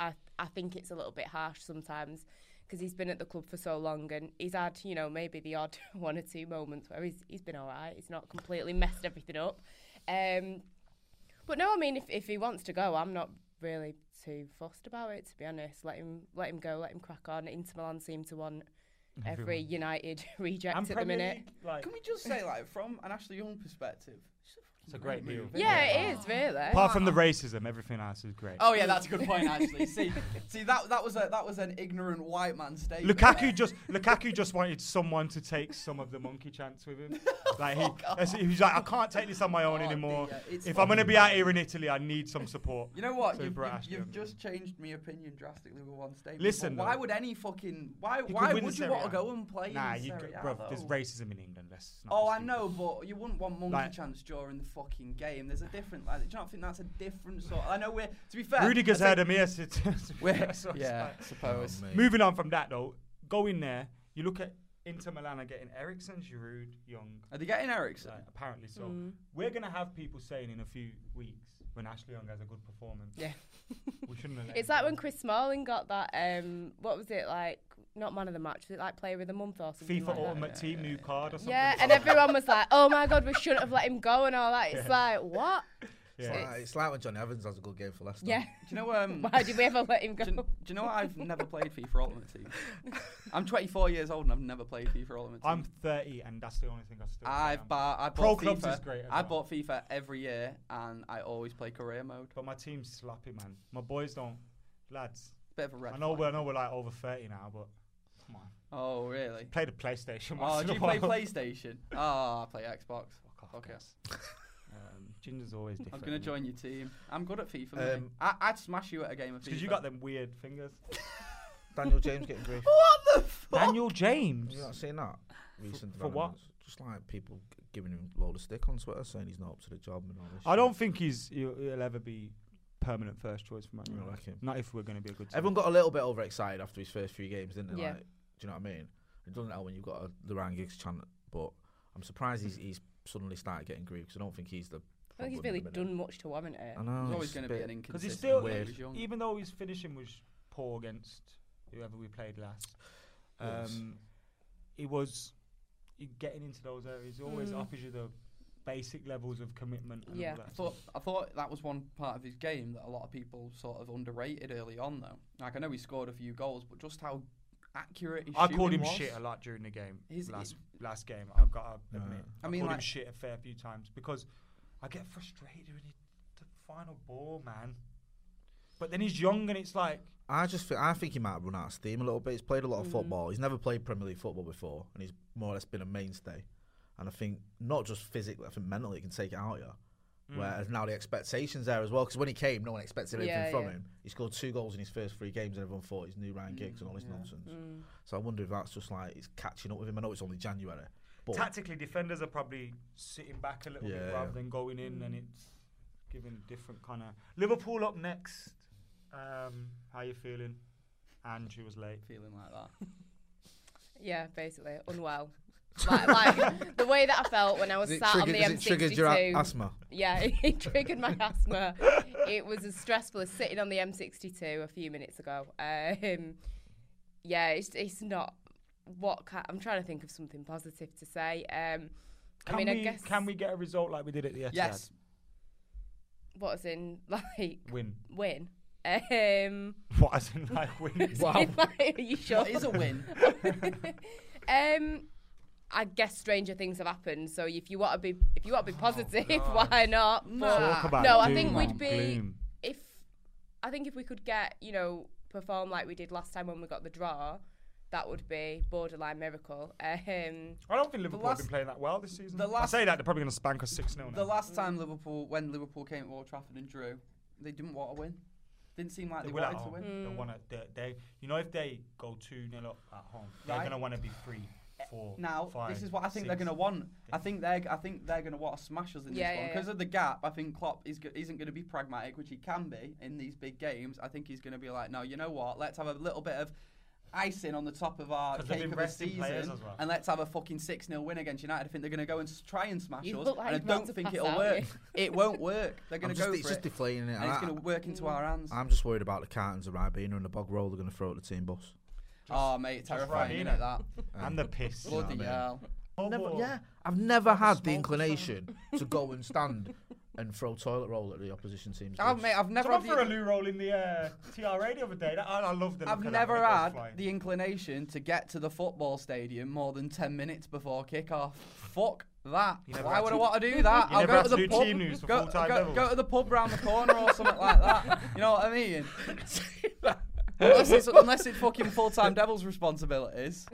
[SPEAKER 5] I I think it's a little bit harsh sometimes because he's been at the club for so long, and he's had you know maybe the odd one or two moments where he's he's been all right. He's not completely messed everything up. Um, but no, I mean, if if he wants to go, I'm not really too fussed about it. To be honest, let him let him go, let him crack on. Inter Milan seem to want every United reject
[SPEAKER 4] And
[SPEAKER 5] at the
[SPEAKER 4] Premier
[SPEAKER 5] minute.
[SPEAKER 4] League, like,
[SPEAKER 2] Can we just say, like, from an Ashley Young perspective?
[SPEAKER 4] it's a great deal.
[SPEAKER 5] Yeah, it is really.
[SPEAKER 4] Apart from the racism, everything else is great.
[SPEAKER 2] Oh yeah, that's a good point actually. see, see that that was a that was an ignorant white man statement. there.
[SPEAKER 4] Lukaku just Lukaku just wanted someone to take some of the monkey chance with him. Like he, that's it, he was like, I can't take this on my own
[SPEAKER 2] Oh,
[SPEAKER 4] anymore.
[SPEAKER 2] dear, it's
[SPEAKER 4] If I'm gonna be out here in Italy, I need some support.
[SPEAKER 2] You know what?
[SPEAKER 4] So
[SPEAKER 2] you've
[SPEAKER 4] Brett
[SPEAKER 2] you've-
[SPEAKER 4] Ashley
[SPEAKER 2] you've
[SPEAKER 4] on the-
[SPEAKER 2] just changed my opinion drastically with one statement.
[SPEAKER 4] Listen,
[SPEAKER 2] but why
[SPEAKER 4] though.
[SPEAKER 2] would any fucking why
[SPEAKER 4] He could
[SPEAKER 2] why
[SPEAKER 4] win
[SPEAKER 2] would
[SPEAKER 4] the
[SPEAKER 2] you
[SPEAKER 4] Serie
[SPEAKER 2] want
[SPEAKER 4] A.
[SPEAKER 2] to go and play?
[SPEAKER 4] Nah,
[SPEAKER 2] in
[SPEAKER 4] you,
[SPEAKER 2] Serie
[SPEAKER 4] could-
[SPEAKER 2] A,
[SPEAKER 4] bruv, there's
[SPEAKER 2] though?
[SPEAKER 4] racism in England. Let's not
[SPEAKER 2] Oh,
[SPEAKER 4] be
[SPEAKER 2] I
[SPEAKER 4] stupid.
[SPEAKER 2] know, but you wouldn't want monkey
[SPEAKER 4] Like-
[SPEAKER 2] chance during the fucking game. There's a different. Like, do you not think that's a different sort? I know we're to be fair.
[SPEAKER 4] Rudiger's
[SPEAKER 2] I
[SPEAKER 4] heard
[SPEAKER 2] think-
[SPEAKER 4] of me. It's, it's, it's-
[SPEAKER 2] We're,
[SPEAKER 4] so it's
[SPEAKER 2] yeah,
[SPEAKER 4] like-
[SPEAKER 2] I suppose.
[SPEAKER 4] Moving on from that though, go in there. You look at Inter Milan are getting Ericsson, Giroud, Young.
[SPEAKER 2] Are they getting Ericsson?
[SPEAKER 4] like, apparently so.
[SPEAKER 2] Mm.
[SPEAKER 4] We're gonna have people saying in a few weeks when Ashley Young has a good performance.
[SPEAKER 5] Yeah.
[SPEAKER 4] We shouldn't have let
[SPEAKER 5] It's
[SPEAKER 4] him
[SPEAKER 5] like
[SPEAKER 4] go.
[SPEAKER 5] when Chris Smalling got that. Um, what was it like? Not man of the match. Was it like player of the month or something?
[SPEAKER 4] FIFA
[SPEAKER 5] like that?
[SPEAKER 4] Ultimate Team new card or something.
[SPEAKER 5] Yeah, and everyone was like, "Oh my god, we shouldn't have let him go" and all that. It's like, what?
[SPEAKER 4] Yeah.
[SPEAKER 3] It's like when Johnny Evans has a good game for Leicester.
[SPEAKER 5] Yeah.
[SPEAKER 2] Do you know um?
[SPEAKER 5] Why did we ever let him
[SPEAKER 2] Do you, do
[SPEAKER 5] go?
[SPEAKER 2] you know what? I've never played FIFA Ultimate Team. I'm 24 years old and I've never played FIFA Ultimate Team.
[SPEAKER 4] I'm 30, and that's the only thing I still.
[SPEAKER 2] I've
[SPEAKER 4] play.
[SPEAKER 2] bought, I
[SPEAKER 4] Pro
[SPEAKER 2] bought
[SPEAKER 4] Clubs
[SPEAKER 2] FIFA.
[SPEAKER 4] is great as
[SPEAKER 2] I
[SPEAKER 4] well.
[SPEAKER 2] bought FIFA every year and I always play career mode.
[SPEAKER 4] But my team's sloppy, man. My boys don't, lads.
[SPEAKER 2] Bit of a red.
[SPEAKER 4] I know
[SPEAKER 2] flag.
[SPEAKER 4] we're, I know we're like over 30 now, but come on.
[SPEAKER 2] Oh really?
[SPEAKER 4] Play the PlayStation.
[SPEAKER 2] Oh,
[SPEAKER 4] once in
[SPEAKER 2] do
[SPEAKER 4] a
[SPEAKER 2] you play
[SPEAKER 4] while.
[SPEAKER 2] PlayStation? Oh, I play Xbox.
[SPEAKER 4] Fuck off,
[SPEAKER 2] Okay.
[SPEAKER 4] guys. Um, Ginger's always different.
[SPEAKER 2] I'm gonna join your team. I'm good at FIFA. mate.
[SPEAKER 3] Um,
[SPEAKER 2] I, I'd smash you at a game of FIFA.
[SPEAKER 4] Because you got them weird fingers.
[SPEAKER 3] Daniel James getting grief.
[SPEAKER 2] What the fuck?
[SPEAKER 4] Daniel James.
[SPEAKER 3] You not seen that? Recent
[SPEAKER 4] for what?
[SPEAKER 3] developments. Just like people g- giving him a load of stick on Twitter saying he's not up to the job and all this.
[SPEAKER 4] I
[SPEAKER 3] shit.
[SPEAKER 4] don't think he's he'll, he'll ever be permanent first choice for Man
[SPEAKER 3] I
[SPEAKER 4] United.
[SPEAKER 3] like him.
[SPEAKER 4] Not if we're going to be a good team.
[SPEAKER 3] Everyone got a little bit overexcited after his first few games, didn't they?
[SPEAKER 5] Yeah.
[SPEAKER 3] Like, do you know what I mean? It doesn't help when you've got a, the Ryan Giggs chant, but I'm surprised he's, he's suddenly started getting grief because I don't think he's the.
[SPEAKER 5] I think he's
[SPEAKER 3] problem
[SPEAKER 5] really
[SPEAKER 3] at the minute.
[SPEAKER 5] done much to eh? warrant it.
[SPEAKER 3] I know.
[SPEAKER 2] There's
[SPEAKER 3] it's
[SPEAKER 2] always
[SPEAKER 3] a
[SPEAKER 2] going to be
[SPEAKER 3] bit-
[SPEAKER 2] an
[SPEAKER 4] Because he's
[SPEAKER 2] inconsistency.
[SPEAKER 4] still,
[SPEAKER 2] when he
[SPEAKER 3] weird.
[SPEAKER 2] was young.
[SPEAKER 4] even though his finishing was poor against whoever we played last,
[SPEAKER 3] Wolves.
[SPEAKER 4] um, he was he getting into those areas. He always
[SPEAKER 5] Mm.
[SPEAKER 4] offers you the basic levels of commitment. And
[SPEAKER 5] Yeah.
[SPEAKER 4] all that
[SPEAKER 2] I
[SPEAKER 4] stuff.
[SPEAKER 2] thought I thought that was one part of his game that a lot of people sort of underrated early on though. Like I know he scored a few goals, but just how accurate his
[SPEAKER 4] I
[SPEAKER 2] shooting
[SPEAKER 4] called him
[SPEAKER 2] was.
[SPEAKER 4] shit a lot during the game.
[SPEAKER 2] He's-
[SPEAKER 4] last last game,
[SPEAKER 2] I-
[SPEAKER 4] I've got to
[SPEAKER 3] Uh,
[SPEAKER 4] admit.
[SPEAKER 2] I
[SPEAKER 4] I,
[SPEAKER 2] mean,
[SPEAKER 4] called him
[SPEAKER 2] like-
[SPEAKER 4] shit a fair few times because I get frustrated when he the final ball, man. But then he's young and it's like
[SPEAKER 3] I just think, I think he might have run out of steam a little bit. He's played a lot
[SPEAKER 5] Mm.
[SPEAKER 3] of football. He's never played Premier League football before, and he's more or less been a mainstay. And I think not just physically, I think mentally, it can take it out of you.
[SPEAKER 2] Mm.
[SPEAKER 3] Whereas now the expectations there as well, because when he came, no one expected anything
[SPEAKER 5] Yeah,
[SPEAKER 3] from
[SPEAKER 5] yeah. Mm,
[SPEAKER 3] him. He scored two goals in his first three games, and everyone thought he's new Ryan Giggs and all this nonsense. So I wonder if that's just like it's catching up with him. I know it's only January, but
[SPEAKER 4] tactically defenders are probably sitting back a little
[SPEAKER 3] Yeah.
[SPEAKER 4] bit rather than going in and it's giving different kind of Liverpool up next. Um, how you feeling? And she was late.
[SPEAKER 2] feeling like that.
[SPEAKER 5] Yeah, basically unwell. like, like the way that I felt when I was
[SPEAKER 3] Does it
[SPEAKER 5] sat
[SPEAKER 3] trigger-
[SPEAKER 5] on the
[SPEAKER 3] does
[SPEAKER 5] M62.
[SPEAKER 3] it trigger your a- asthma?
[SPEAKER 5] Yeah, it triggered my asthma. It was as stressful as sitting on the M62 a few minutes ago. Um, yeah, it's, it's not what ca I'm trying to think of something positive to say. Um,
[SPEAKER 4] Can
[SPEAKER 5] I mean,
[SPEAKER 4] we
[SPEAKER 5] I guess
[SPEAKER 4] can we get a result like we did at the Etihad?
[SPEAKER 2] yes,
[SPEAKER 5] what's in like
[SPEAKER 4] Win.
[SPEAKER 5] win. Um,
[SPEAKER 4] What as in like win?
[SPEAKER 5] are you sure?
[SPEAKER 2] it is a win.
[SPEAKER 5] Um, I guess stranger things have happened. So if you want to be, if you want to be positive, why not? But
[SPEAKER 4] Oh, Talk about
[SPEAKER 5] no, I
[SPEAKER 4] doom
[SPEAKER 5] think we'd
[SPEAKER 4] and
[SPEAKER 5] be
[SPEAKER 4] gloom.
[SPEAKER 5] if I think if we could get you know perform like we did last time when we got the draw, that would be borderline miracle. Um,
[SPEAKER 4] I don't think Liverpool have
[SPEAKER 2] last-
[SPEAKER 4] been playing that well this season.
[SPEAKER 2] the last-
[SPEAKER 4] I say that they're probably going to spank us six 0
[SPEAKER 2] the last time Liverpool, when Liverpool came to Old Trafford and drew, they didn't want to win. Didn't seem like
[SPEAKER 4] They
[SPEAKER 2] they,
[SPEAKER 4] "Oh, will at
[SPEAKER 2] wanted to
[SPEAKER 4] home.
[SPEAKER 2] win. Mm.
[SPEAKER 4] They want to. They, they, you know, if they go two 0 up at home, they're
[SPEAKER 2] Right.
[SPEAKER 4] going to want to be three, four,
[SPEAKER 2] Now
[SPEAKER 4] five,
[SPEAKER 2] this is what I think they they're
[SPEAKER 4] six.
[SPEAKER 2] going to want. I think they're I think they're going to want to smash us in
[SPEAKER 5] Yeah,
[SPEAKER 2] this one
[SPEAKER 5] yeah,
[SPEAKER 2] because
[SPEAKER 5] yeah.
[SPEAKER 2] of the gap. I think Klopp is go- isn't going to be pragmatic, which he can be in these big games. I think he's going to be like, no, you know what? Let's have a little bit of icing on the top of our
[SPEAKER 4] 'Cause
[SPEAKER 2] cake
[SPEAKER 4] they've been
[SPEAKER 2] of the
[SPEAKER 4] resting
[SPEAKER 2] season,
[SPEAKER 4] players as well.
[SPEAKER 2] and let's have a fucking six 0 win against United. I think they're going to go and s- try and smash
[SPEAKER 5] You
[SPEAKER 2] us,
[SPEAKER 5] look
[SPEAKER 2] and
[SPEAKER 5] like
[SPEAKER 2] I
[SPEAKER 5] you're about
[SPEAKER 2] don't
[SPEAKER 5] to
[SPEAKER 2] think
[SPEAKER 5] pass
[SPEAKER 2] it'll
[SPEAKER 5] out,
[SPEAKER 2] work.
[SPEAKER 5] yeah.
[SPEAKER 2] It won't work. They're
[SPEAKER 3] I'm
[SPEAKER 2] going to
[SPEAKER 3] just,
[SPEAKER 2] go
[SPEAKER 3] it's
[SPEAKER 2] for
[SPEAKER 3] just
[SPEAKER 2] it,
[SPEAKER 3] deflating it.
[SPEAKER 2] and it's
[SPEAKER 3] I-
[SPEAKER 2] going to work into our hands.
[SPEAKER 3] I'm just worried about the cartons of Ribena and the bog roll they're going to throw at the team bus.
[SPEAKER 2] oh mate, terrifying
[SPEAKER 4] right
[SPEAKER 2] isn't
[SPEAKER 4] in
[SPEAKER 2] it
[SPEAKER 4] it.
[SPEAKER 2] that.
[SPEAKER 4] And the piss. you know what I
[SPEAKER 2] Bloody
[SPEAKER 4] mean?
[SPEAKER 2] hell.
[SPEAKER 3] Never,
[SPEAKER 4] Oh,
[SPEAKER 3] yeah, I've never had the inclination to go and stand and throw toilet roll at the opposition team's.
[SPEAKER 2] Oh,
[SPEAKER 3] goods.
[SPEAKER 2] mate, I've never
[SPEAKER 4] Someone
[SPEAKER 2] had
[SPEAKER 4] threw a
[SPEAKER 2] the-
[SPEAKER 4] loo roll in the uh, TRA the other day. That, I, I loved it.
[SPEAKER 2] I've never had the inclination to get to the football stadium more than 10 minutes before kickoff. Fuck that.
[SPEAKER 4] You never
[SPEAKER 2] Why
[SPEAKER 4] had
[SPEAKER 2] would I
[SPEAKER 4] to-
[SPEAKER 2] want to do that?
[SPEAKER 4] You
[SPEAKER 2] I'll
[SPEAKER 4] never
[SPEAKER 2] go
[SPEAKER 4] had
[SPEAKER 2] to the
[SPEAKER 4] to do
[SPEAKER 2] pub.
[SPEAKER 4] team news for
[SPEAKER 2] go,
[SPEAKER 4] full-time
[SPEAKER 2] go,
[SPEAKER 4] levels.
[SPEAKER 2] go to the pub round the corner or something like that. You know what I mean? unless, it's, unless it's fucking full time Devils' responsibilities.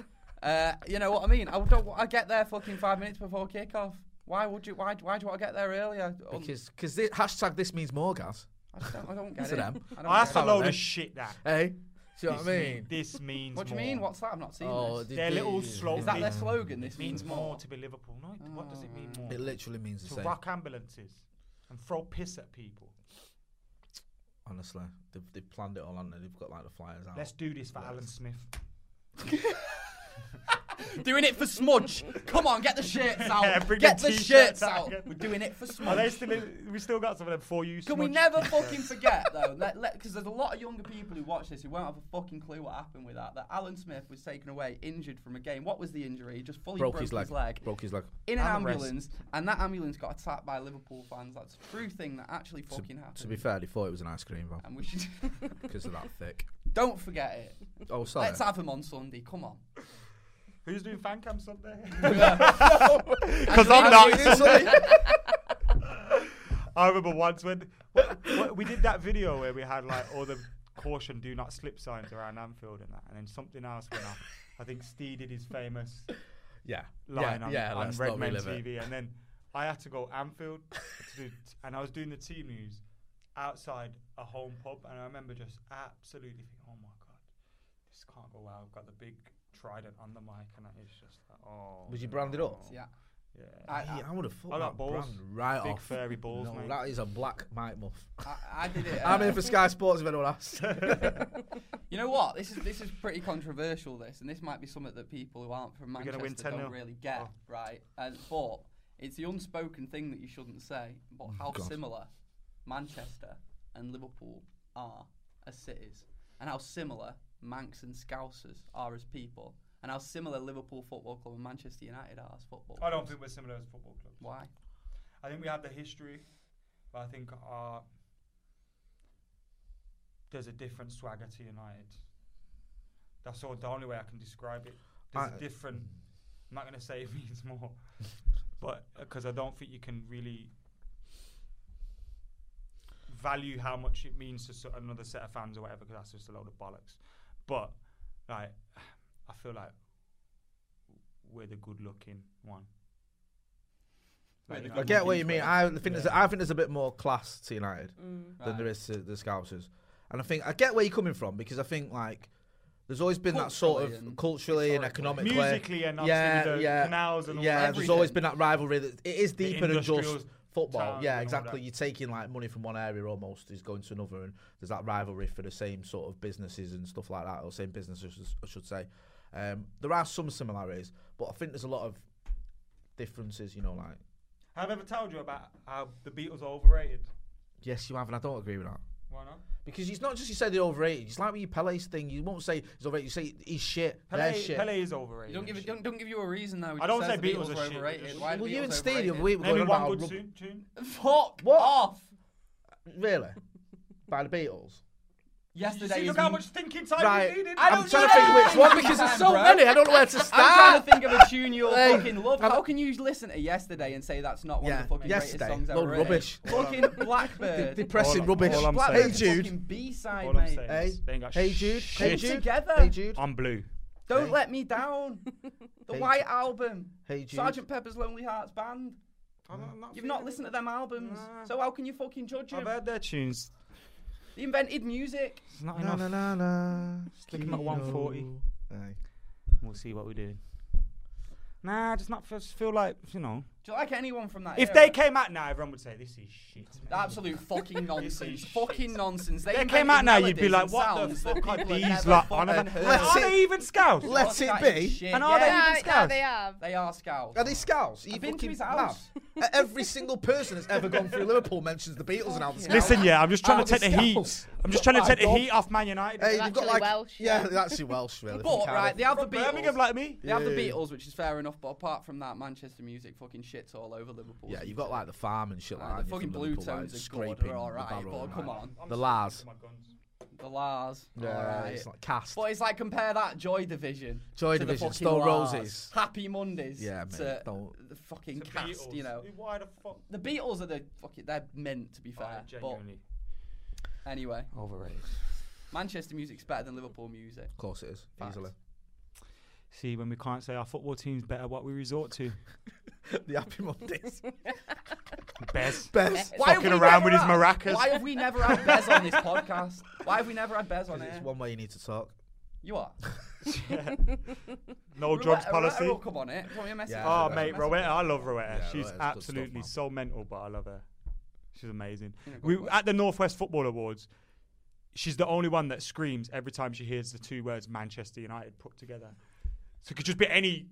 [SPEAKER 2] Uh, you know what I mean? I don't. I get there fucking five minutes before kickoff. Why would you? Why? Why do you want to get there earlier? Um,
[SPEAKER 3] because because this, hashtag this means more gas.
[SPEAKER 2] I, just don't, I don't get
[SPEAKER 3] To
[SPEAKER 2] it.
[SPEAKER 3] them.
[SPEAKER 2] I don't
[SPEAKER 4] Oh, that's
[SPEAKER 2] get
[SPEAKER 4] a
[SPEAKER 2] it.
[SPEAKER 4] load
[SPEAKER 3] then.
[SPEAKER 4] of shit. That.
[SPEAKER 3] Hey, see what I
[SPEAKER 4] This
[SPEAKER 3] mean? Oh,
[SPEAKER 4] This means.
[SPEAKER 2] What do you
[SPEAKER 4] more.
[SPEAKER 2] mean? What's that? I've not seen this.
[SPEAKER 3] did
[SPEAKER 4] Their
[SPEAKER 3] they-
[SPEAKER 4] little slogan.
[SPEAKER 2] Is that their
[SPEAKER 4] means-
[SPEAKER 2] slogan? This
[SPEAKER 4] It means more to be Liverpool. No, it- what does it mean
[SPEAKER 2] Oh.
[SPEAKER 4] more?
[SPEAKER 3] It literally means the
[SPEAKER 4] to
[SPEAKER 3] same.
[SPEAKER 4] rock ambulances and throw piss at people.
[SPEAKER 3] Oh, Honestly, they've, they've planned it all, haven't they? They've got like the flyers out.
[SPEAKER 4] Let's do this for Alan Smith.
[SPEAKER 2] Doing it for Smudge. Come on, get the shirts out.
[SPEAKER 4] Yeah, bring
[SPEAKER 2] get
[SPEAKER 4] the
[SPEAKER 2] the
[SPEAKER 4] t-shirts
[SPEAKER 2] shirts out.
[SPEAKER 4] out.
[SPEAKER 2] We're doing it for
[SPEAKER 4] Are they
[SPEAKER 2] Smudge.
[SPEAKER 4] still? In, we still got some of them for you.
[SPEAKER 2] Can we never fucking forget though? Because there's a lot of younger people who watch this who won't have a fucking clue what happened with that. That Alan Smith was taken away injured from a game. What was the injury? He just fully broke, his, leg.
[SPEAKER 3] Broke his leg.
[SPEAKER 2] in an
[SPEAKER 4] And the rest.
[SPEAKER 2] ambulance, and that ambulance got attacked by Liverpool fans. That's a true thing that actually fucking happened.
[SPEAKER 3] To be fair, they thought it was an ice cream van
[SPEAKER 2] and we should
[SPEAKER 3] because of that thick.
[SPEAKER 2] don't forget it.
[SPEAKER 3] Oh, sorry.
[SPEAKER 2] Let's have him on Sunday. Come on.
[SPEAKER 4] Who's doing fan cam Sunday?
[SPEAKER 2] Because
[SPEAKER 4] I'm not.
[SPEAKER 3] Sorry.
[SPEAKER 4] I remember once when what, what, we did that video where we had like all the caution, do not slip signs around Anfield and that, and then something else went off. I think Steve did his famous
[SPEAKER 3] yeah.
[SPEAKER 4] line
[SPEAKER 3] yeah,
[SPEAKER 4] on,
[SPEAKER 3] yeah,
[SPEAKER 4] on
[SPEAKER 3] let's
[SPEAKER 4] Red
[SPEAKER 3] not
[SPEAKER 4] Men
[SPEAKER 3] relive it.
[SPEAKER 4] TV, and then I had to go Anfield, to do, and I was doing the team news outside a home pub, and I remember just absolutely thinking, "Oh my god, this can't go well." I've got the big trident on the mic, and it's just like, "Oh."
[SPEAKER 3] Was you branded up?
[SPEAKER 2] Yeah.
[SPEAKER 4] Yeah.
[SPEAKER 2] I-
[SPEAKER 3] Yeah, I, would have thought
[SPEAKER 4] I like
[SPEAKER 3] that
[SPEAKER 4] balls.
[SPEAKER 3] brand right
[SPEAKER 4] Big
[SPEAKER 3] off.
[SPEAKER 4] furry balls,
[SPEAKER 3] no,
[SPEAKER 4] mate.
[SPEAKER 3] that is a black Mike Muff.
[SPEAKER 2] I, I did it.
[SPEAKER 3] I'm
[SPEAKER 2] uh,
[SPEAKER 3] in for Sky Sports if anyone asks.
[SPEAKER 2] You know what? This is this is pretty controversial. This and this might be something that people who aren't from
[SPEAKER 4] We're gonna
[SPEAKER 2] Manchester
[SPEAKER 4] win 10-0.
[SPEAKER 2] don't really get,
[SPEAKER 4] Oh.
[SPEAKER 2] right? And Uh, but It's the unspoken thing that you shouldn't say, but how similar Manchester and Liverpool are as cities, and how similar Manx and Scousers are as people, and how similar Liverpool Football Club and Manchester United are as football.
[SPEAKER 4] I don't
[SPEAKER 2] clubs.
[SPEAKER 4] think we're similar as football clubs.
[SPEAKER 2] Why?
[SPEAKER 4] I think we have the history, but I think our there's a different swagger to United. That's all the only way I can describe it. There's a
[SPEAKER 3] I-
[SPEAKER 4] different. I'm not going to say it means more, but because I don't think you can really value how much it means to so- another set of fans or whatever. Because that's just a load of bollocks. But like, I feel like we're the good-looking one.
[SPEAKER 2] We're the
[SPEAKER 4] you know,
[SPEAKER 3] I
[SPEAKER 2] good-looking
[SPEAKER 3] get what you
[SPEAKER 2] Looking
[SPEAKER 3] mean.
[SPEAKER 2] for
[SPEAKER 3] I think there's,
[SPEAKER 4] Yeah.
[SPEAKER 3] I think there's a bit more class to United than
[SPEAKER 2] Right.
[SPEAKER 3] there is to the Scousers, and I think I get where you're coming from because I think like there's always been that sort
[SPEAKER 2] Culturally
[SPEAKER 3] of
[SPEAKER 2] and
[SPEAKER 3] culturally and
[SPEAKER 2] historically.
[SPEAKER 3] economically,
[SPEAKER 4] musically and obviously
[SPEAKER 3] yeah,
[SPEAKER 4] with the
[SPEAKER 3] yeah,
[SPEAKER 4] canals and all
[SPEAKER 3] yeah.
[SPEAKER 4] that.
[SPEAKER 3] There's always
[SPEAKER 2] everything.
[SPEAKER 3] been that rivalry. That it is
[SPEAKER 4] The
[SPEAKER 3] deeper than
[SPEAKER 4] industrial
[SPEAKER 3] just football.
[SPEAKER 4] towns and all
[SPEAKER 3] Yeah,
[SPEAKER 4] that.
[SPEAKER 3] exactly. You're taking like money from one area almost is going to another, and there's that rivalry for the same sort of businesses and stuff like that, or same businesses, I should say. Um, there are some similarities, but I think there's a lot of differences. You know, like
[SPEAKER 4] Have I ever told you about how the Beatles are overrated?
[SPEAKER 3] yes, you have, and I don't agree with that.
[SPEAKER 4] Why not?
[SPEAKER 3] Because he's not just you say they're overrated. It's like with your Pele's thing. You won't say he's overrated. You say he's shit.
[SPEAKER 4] Pele,
[SPEAKER 3] they're shit.
[SPEAKER 4] Pele is overrated.
[SPEAKER 2] You don't give it, don't, don't give you a reason now. It
[SPEAKER 4] I don't
[SPEAKER 2] says
[SPEAKER 4] say
[SPEAKER 2] the Beatles
[SPEAKER 4] Beatles are
[SPEAKER 2] were
[SPEAKER 4] shit.
[SPEAKER 2] overrated. Why are the
[SPEAKER 3] well, you
[SPEAKER 2] Beatles
[SPEAKER 3] and Steve, the other
[SPEAKER 2] overrated?
[SPEAKER 3] week were
[SPEAKER 4] Name me
[SPEAKER 3] going
[SPEAKER 4] one
[SPEAKER 3] about
[SPEAKER 4] good
[SPEAKER 3] rub-
[SPEAKER 4] tune, tune.
[SPEAKER 2] Fuck
[SPEAKER 3] What?
[SPEAKER 2] off.
[SPEAKER 3] really by the Beatles.
[SPEAKER 2] Yesterday
[SPEAKER 4] See,
[SPEAKER 2] is
[SPEAKER 4] look how
[SPEAKER 2] m-
[SPEAKER 4] much thinking time
[SPEAKER 3] Right,
[SPEAKER 4] you needed.
[SPEAKER 2] I
[SPEAKER 3] I'm
[SPEAKER 2] don't
[SPEAKER 3] trying
[SPEAKER 2] know.
[SPEAKER 3] to think which one
[SPEAKER 2] Time,
[SPEAKER 3] because there's so
[SPEAKER 2] bro.
[SPEAKER 3] many. I don't know where to
[SPEAKER 2] I'm
[SPEAKER 3] start.
[SPEAKER 2] trying to think of a tune you'll
[SPEAKER 3] Ah! Hey,
[SPEAKER 2] fucking love.
[SPEAKER 3] I'm-
[SPEAKER 2] How can you listen to yesterday and say that's not one
[SPEAKER 3] Yeah,
[SPEAKER 2] of the fucking
[SPEAKER 3] yesterday,
[SPEAKER 2] greatest songs ever
[SPEAKER 3] load of
[SPEAKER 2] written?
[SPEAKER 3] rubbish.
[SPEAKER 2] Fucking Blackbird.
[SPEAKER 3] Depressing
[SPEAKER 4] All-
[SPEAKER 3] rubbish.
[SPEAKER 4] all I'm
[SPEAKER 3] hey
[SPEAKER 4] saying-
[SPEAKER 3] Jude.
[SPEAKER 2] B side,
[SPEAKER 4] All I'm
[SPEAKER 2] mate.
[SPEAKER 4] saying
[SPEAKER 3] Hey.
[SPEAKER 4] is they ain't got
[SPEAKER 3] Hey Jude.
[SPEAKER 4] shit.
[SPEAKER 3] Hey Jude.
[SPEAKER 2] together.
[SPEAKER 3] Hey Jude.
[SPEAKER 4] I'm blue.
[SPEAKER 2] Don't
[SPEAKER 3] Hey.
[SPEAKER 2] let me down. The
[SPEAKER 3] Hey,
[SPEAKER 2] White
[SPEAKER 3] Jude.
[SPEAKER 2] Album.
[SPEAKER 3] Hey Jude.
[SPEAKER 2] Sergeant Pepper's Lonely Hearts Band. You've not listened to them albums,
[SPEAKER 4] Nah.
[SPEAKER 2] so how can you fucking judge
[SPEAKER 4] I've
[SPEAKER 2] them?
[SPEAKER 4] heard their tunes.
[SPEAKER 2] They invented music.
[SPEAKER 4] It's not
[SPEAKER 3] Na
[SPEAKER 4] enough.
[SPEAKER 3] na na na.
[SPEAKER 4] Stick 'em at 140.
[SPEAKER 3] Aye.
[SPEAKER 4] We'll see what we do. Nah, just not just feel like you know.
[SPEAKER 2] Do you like anyone from that?
[SPEAKER 4] If
[SPEAKER 2] era?
[SPEAKER 4] they came out now, everyone would say this is shit. man."
[SPEAKER 2] Absolute fucking nonsense.
[SPEAKER 4] This is
[SPEAKER 2] fucking
[SPEAKER 4] shit.
[SPEAKER 2] nonsense.
[SPEAKER 4] They
[SPEAKER 2] invented
[SPEAKER 4] came out now, you'd be
[SPEAKER 2] melodies
[SPEAKER 4] like,
[SPEAKER 2] and
[SPEAKER 4] what the
[SPEAKER 2] sounds that
[SPEAKER 4] fuck are
[SPEAKER 2] people had
[SPEAKER 4] these
[SPEAKER 2] never
[SPEAKER 4] lot
[SPEAKER 2] fucking
[SPEAKER 4] on about?
[SPEAKER 2] heard.
[SPEAKER 3] Let's
[SPEAKER 4] Are
[SPEAKER 3] see.
[SPEAKER 4] they even scouts?
[SPEAKER 3] Let- Let's
[SPEAKER 2] Oh, That
[SPEAKER 3] it
[SPEAKER 2] is
[SPEAKER 3] be.
[SPEAKER 2] shit,
[SPEAKER 4] And are they
[SPEAKER 2] yeah.
[SPEAKER 4] even
[SPEAKER 5] Yeah, yeah,
[SPEAKER 4] scouts?
[SPEAKER 5] they have.
[SPEAKER 2] They are scouts.
[SPEAKER 3] Are they scouts? Are you
[SPEAKER 2] I've been to
[SPEAKER 3] fucking
[SPEAKER 2] his house.
[SPEAKER 3] mad? E-, Every single person that's ever gone through Liverpool mentions the Beatles and how the
[SPEAKER 2] Fucking
[SPEAKER 3] Scouts.
[SPEAKER 4] Listen, yeah, I'm just trying
[SPEAKER 3] Out
[SPEAKER 4] to take the
[SPEAKER 3] of
[SPEAKER 4] heat.
[SPEAKER 3] Scouts.
[SPEAKER 4] I'm just trying to
[SPEAKER 3] My
[SPEAKER 4] take the
[SPEAKER 3] God.
[SPEAKER 4] heat off Man United.
[SPEAKER 3] Hey,
[SPEAKER 5] They're
[SPEAKER 3] you've got
[SPEAKER 5] actually
[SPEAKER 3] like
[SPEAKER 5] Welsh,
[SPEAKER 3] yeah,
[SPEAKER 5] yeah.
[SPEAKER 3] they're actually Welsh really.
[SPEAKER 2] But right, they have the
[SPEAKER 4] From
[SPEAKER 2] Beatles.
[SPEAKER 4] Birmingham, like me.
[SPEAKER 2] They have the
[SPEAKER 3] Yeah.
[SPEAKER 2] Beatles, which is fair enough. But apart from that, Manchester music fucking shits all over Liverpool.
[SPEAKER 3] Yeah, you've got like the farm and shit like
[SPEAKER 2] Aye,
[SPEAKER 3] that.
[SPEAKER 2] Ah, the fucking
[SPEAKER 3] from
[SPEAKER 2] blue
[SPEAKER 3] Liverpool, like,
[SPEAKER 2] tones are
[SPEAKER 3] scraping
[SPEAKER 2] good, they're
[SPEAKER 3] the
[SPEAKER 2] alright,
[SPEAKER 3] barrel
[SPEAKER 2] but
[SPEAKER 3] and
[SPEAKER 2] come
[SPEAKER 3] that.
[SPEAKER 2] on.
[SPEAKER 3] The Lars.
[SPEAKER 2] the Lars.
[SPEAKER 3] Yeah,
[SPEAKER 2] all right.
[SPEAKER 3] it's like cast.
[SPEAKER 2] But it's like compare that Joy Division,
[SPEAKER 3] Joy
[SPEAKER 2] to the
[SPEAKER 3] Division,
[SPEAKER 2] fucking
[SPEAKER 3] Stone
[SPEAKER 2] Lars,
[SPEAKER 3] Roses.
[SPEAKER 2] Happy Mondays,
[SPEAKER 3] Yeah, mate,
[SPEAKER 2] to
[SPEAKER 3] don't-
[SPEAKER 2] the fucking cast, you know.
[SPEAKER 4] Why the fuck?
[SPEAKER 2] The Beatles are the fucking they're meant to be fair.
[SPEAKER 4] Oh, genuinely
[SPEAKER 2] But anyway,
[SPEAKER 4] overrated.
[SPEAKER 2] Manchester music's better than Liverpool music.
[SPEAKER 3] Of course it is.
[SPEAKER 2] Fact.
[SPEAKER 3] Easily.
[SPEAKER 4] See, when we can't say our football team's better, what we resort to?
[SPEAKER 3] the Happy Mondays.
[SPEAKER 4] Bez.
[SPEAKER 3] Best.
[SPEAKER 2] Why have
[SPEAKER 4] Fucking
[SPEAKER 2] we
[SPEAKER 4] around
[SPEAKER 2] never
[SPEAKER 4] with his
[SPEAKER 2] had-
[SPEAKER 4] maracas.
[SPEAKER 2] Why have we never had Bez on this podcast? Why have we never had Bez on
[SPEAKER 3] It's
[SPEAKER 2] here?
[SPEAKER 3] one way you need to talk.
[SPEAKER 2] You are.
[SPEAKER 4] No drugs policy.
[SPEAKER 2] will oh, come on it. Drop me a message.
[SPEAKER 3] Yeah,
[SPEAKER 4] Oh,
[SPEAKER 3] Roberta.
[SPEAKER 4] mate, Rowetta, I love Rowetta.
[SPEAKER 3] Yeah,
[SPEAKER 4] She's
[SPEAKER 3] Rowetta's good
[SPEAKER 4] absolutely
[SPEAKER 3] stuff,
[SPEAKER 4] so mental, but I love her. She's amazing.
[SPEAKER 2] a good
[SPEAKER 4] We
[SPEAKER 2] way.
[SPEAKER 4] at the Northwest Football Awards. She's the only one that screams every time she hears the two words Manchester United put together. So it could just be any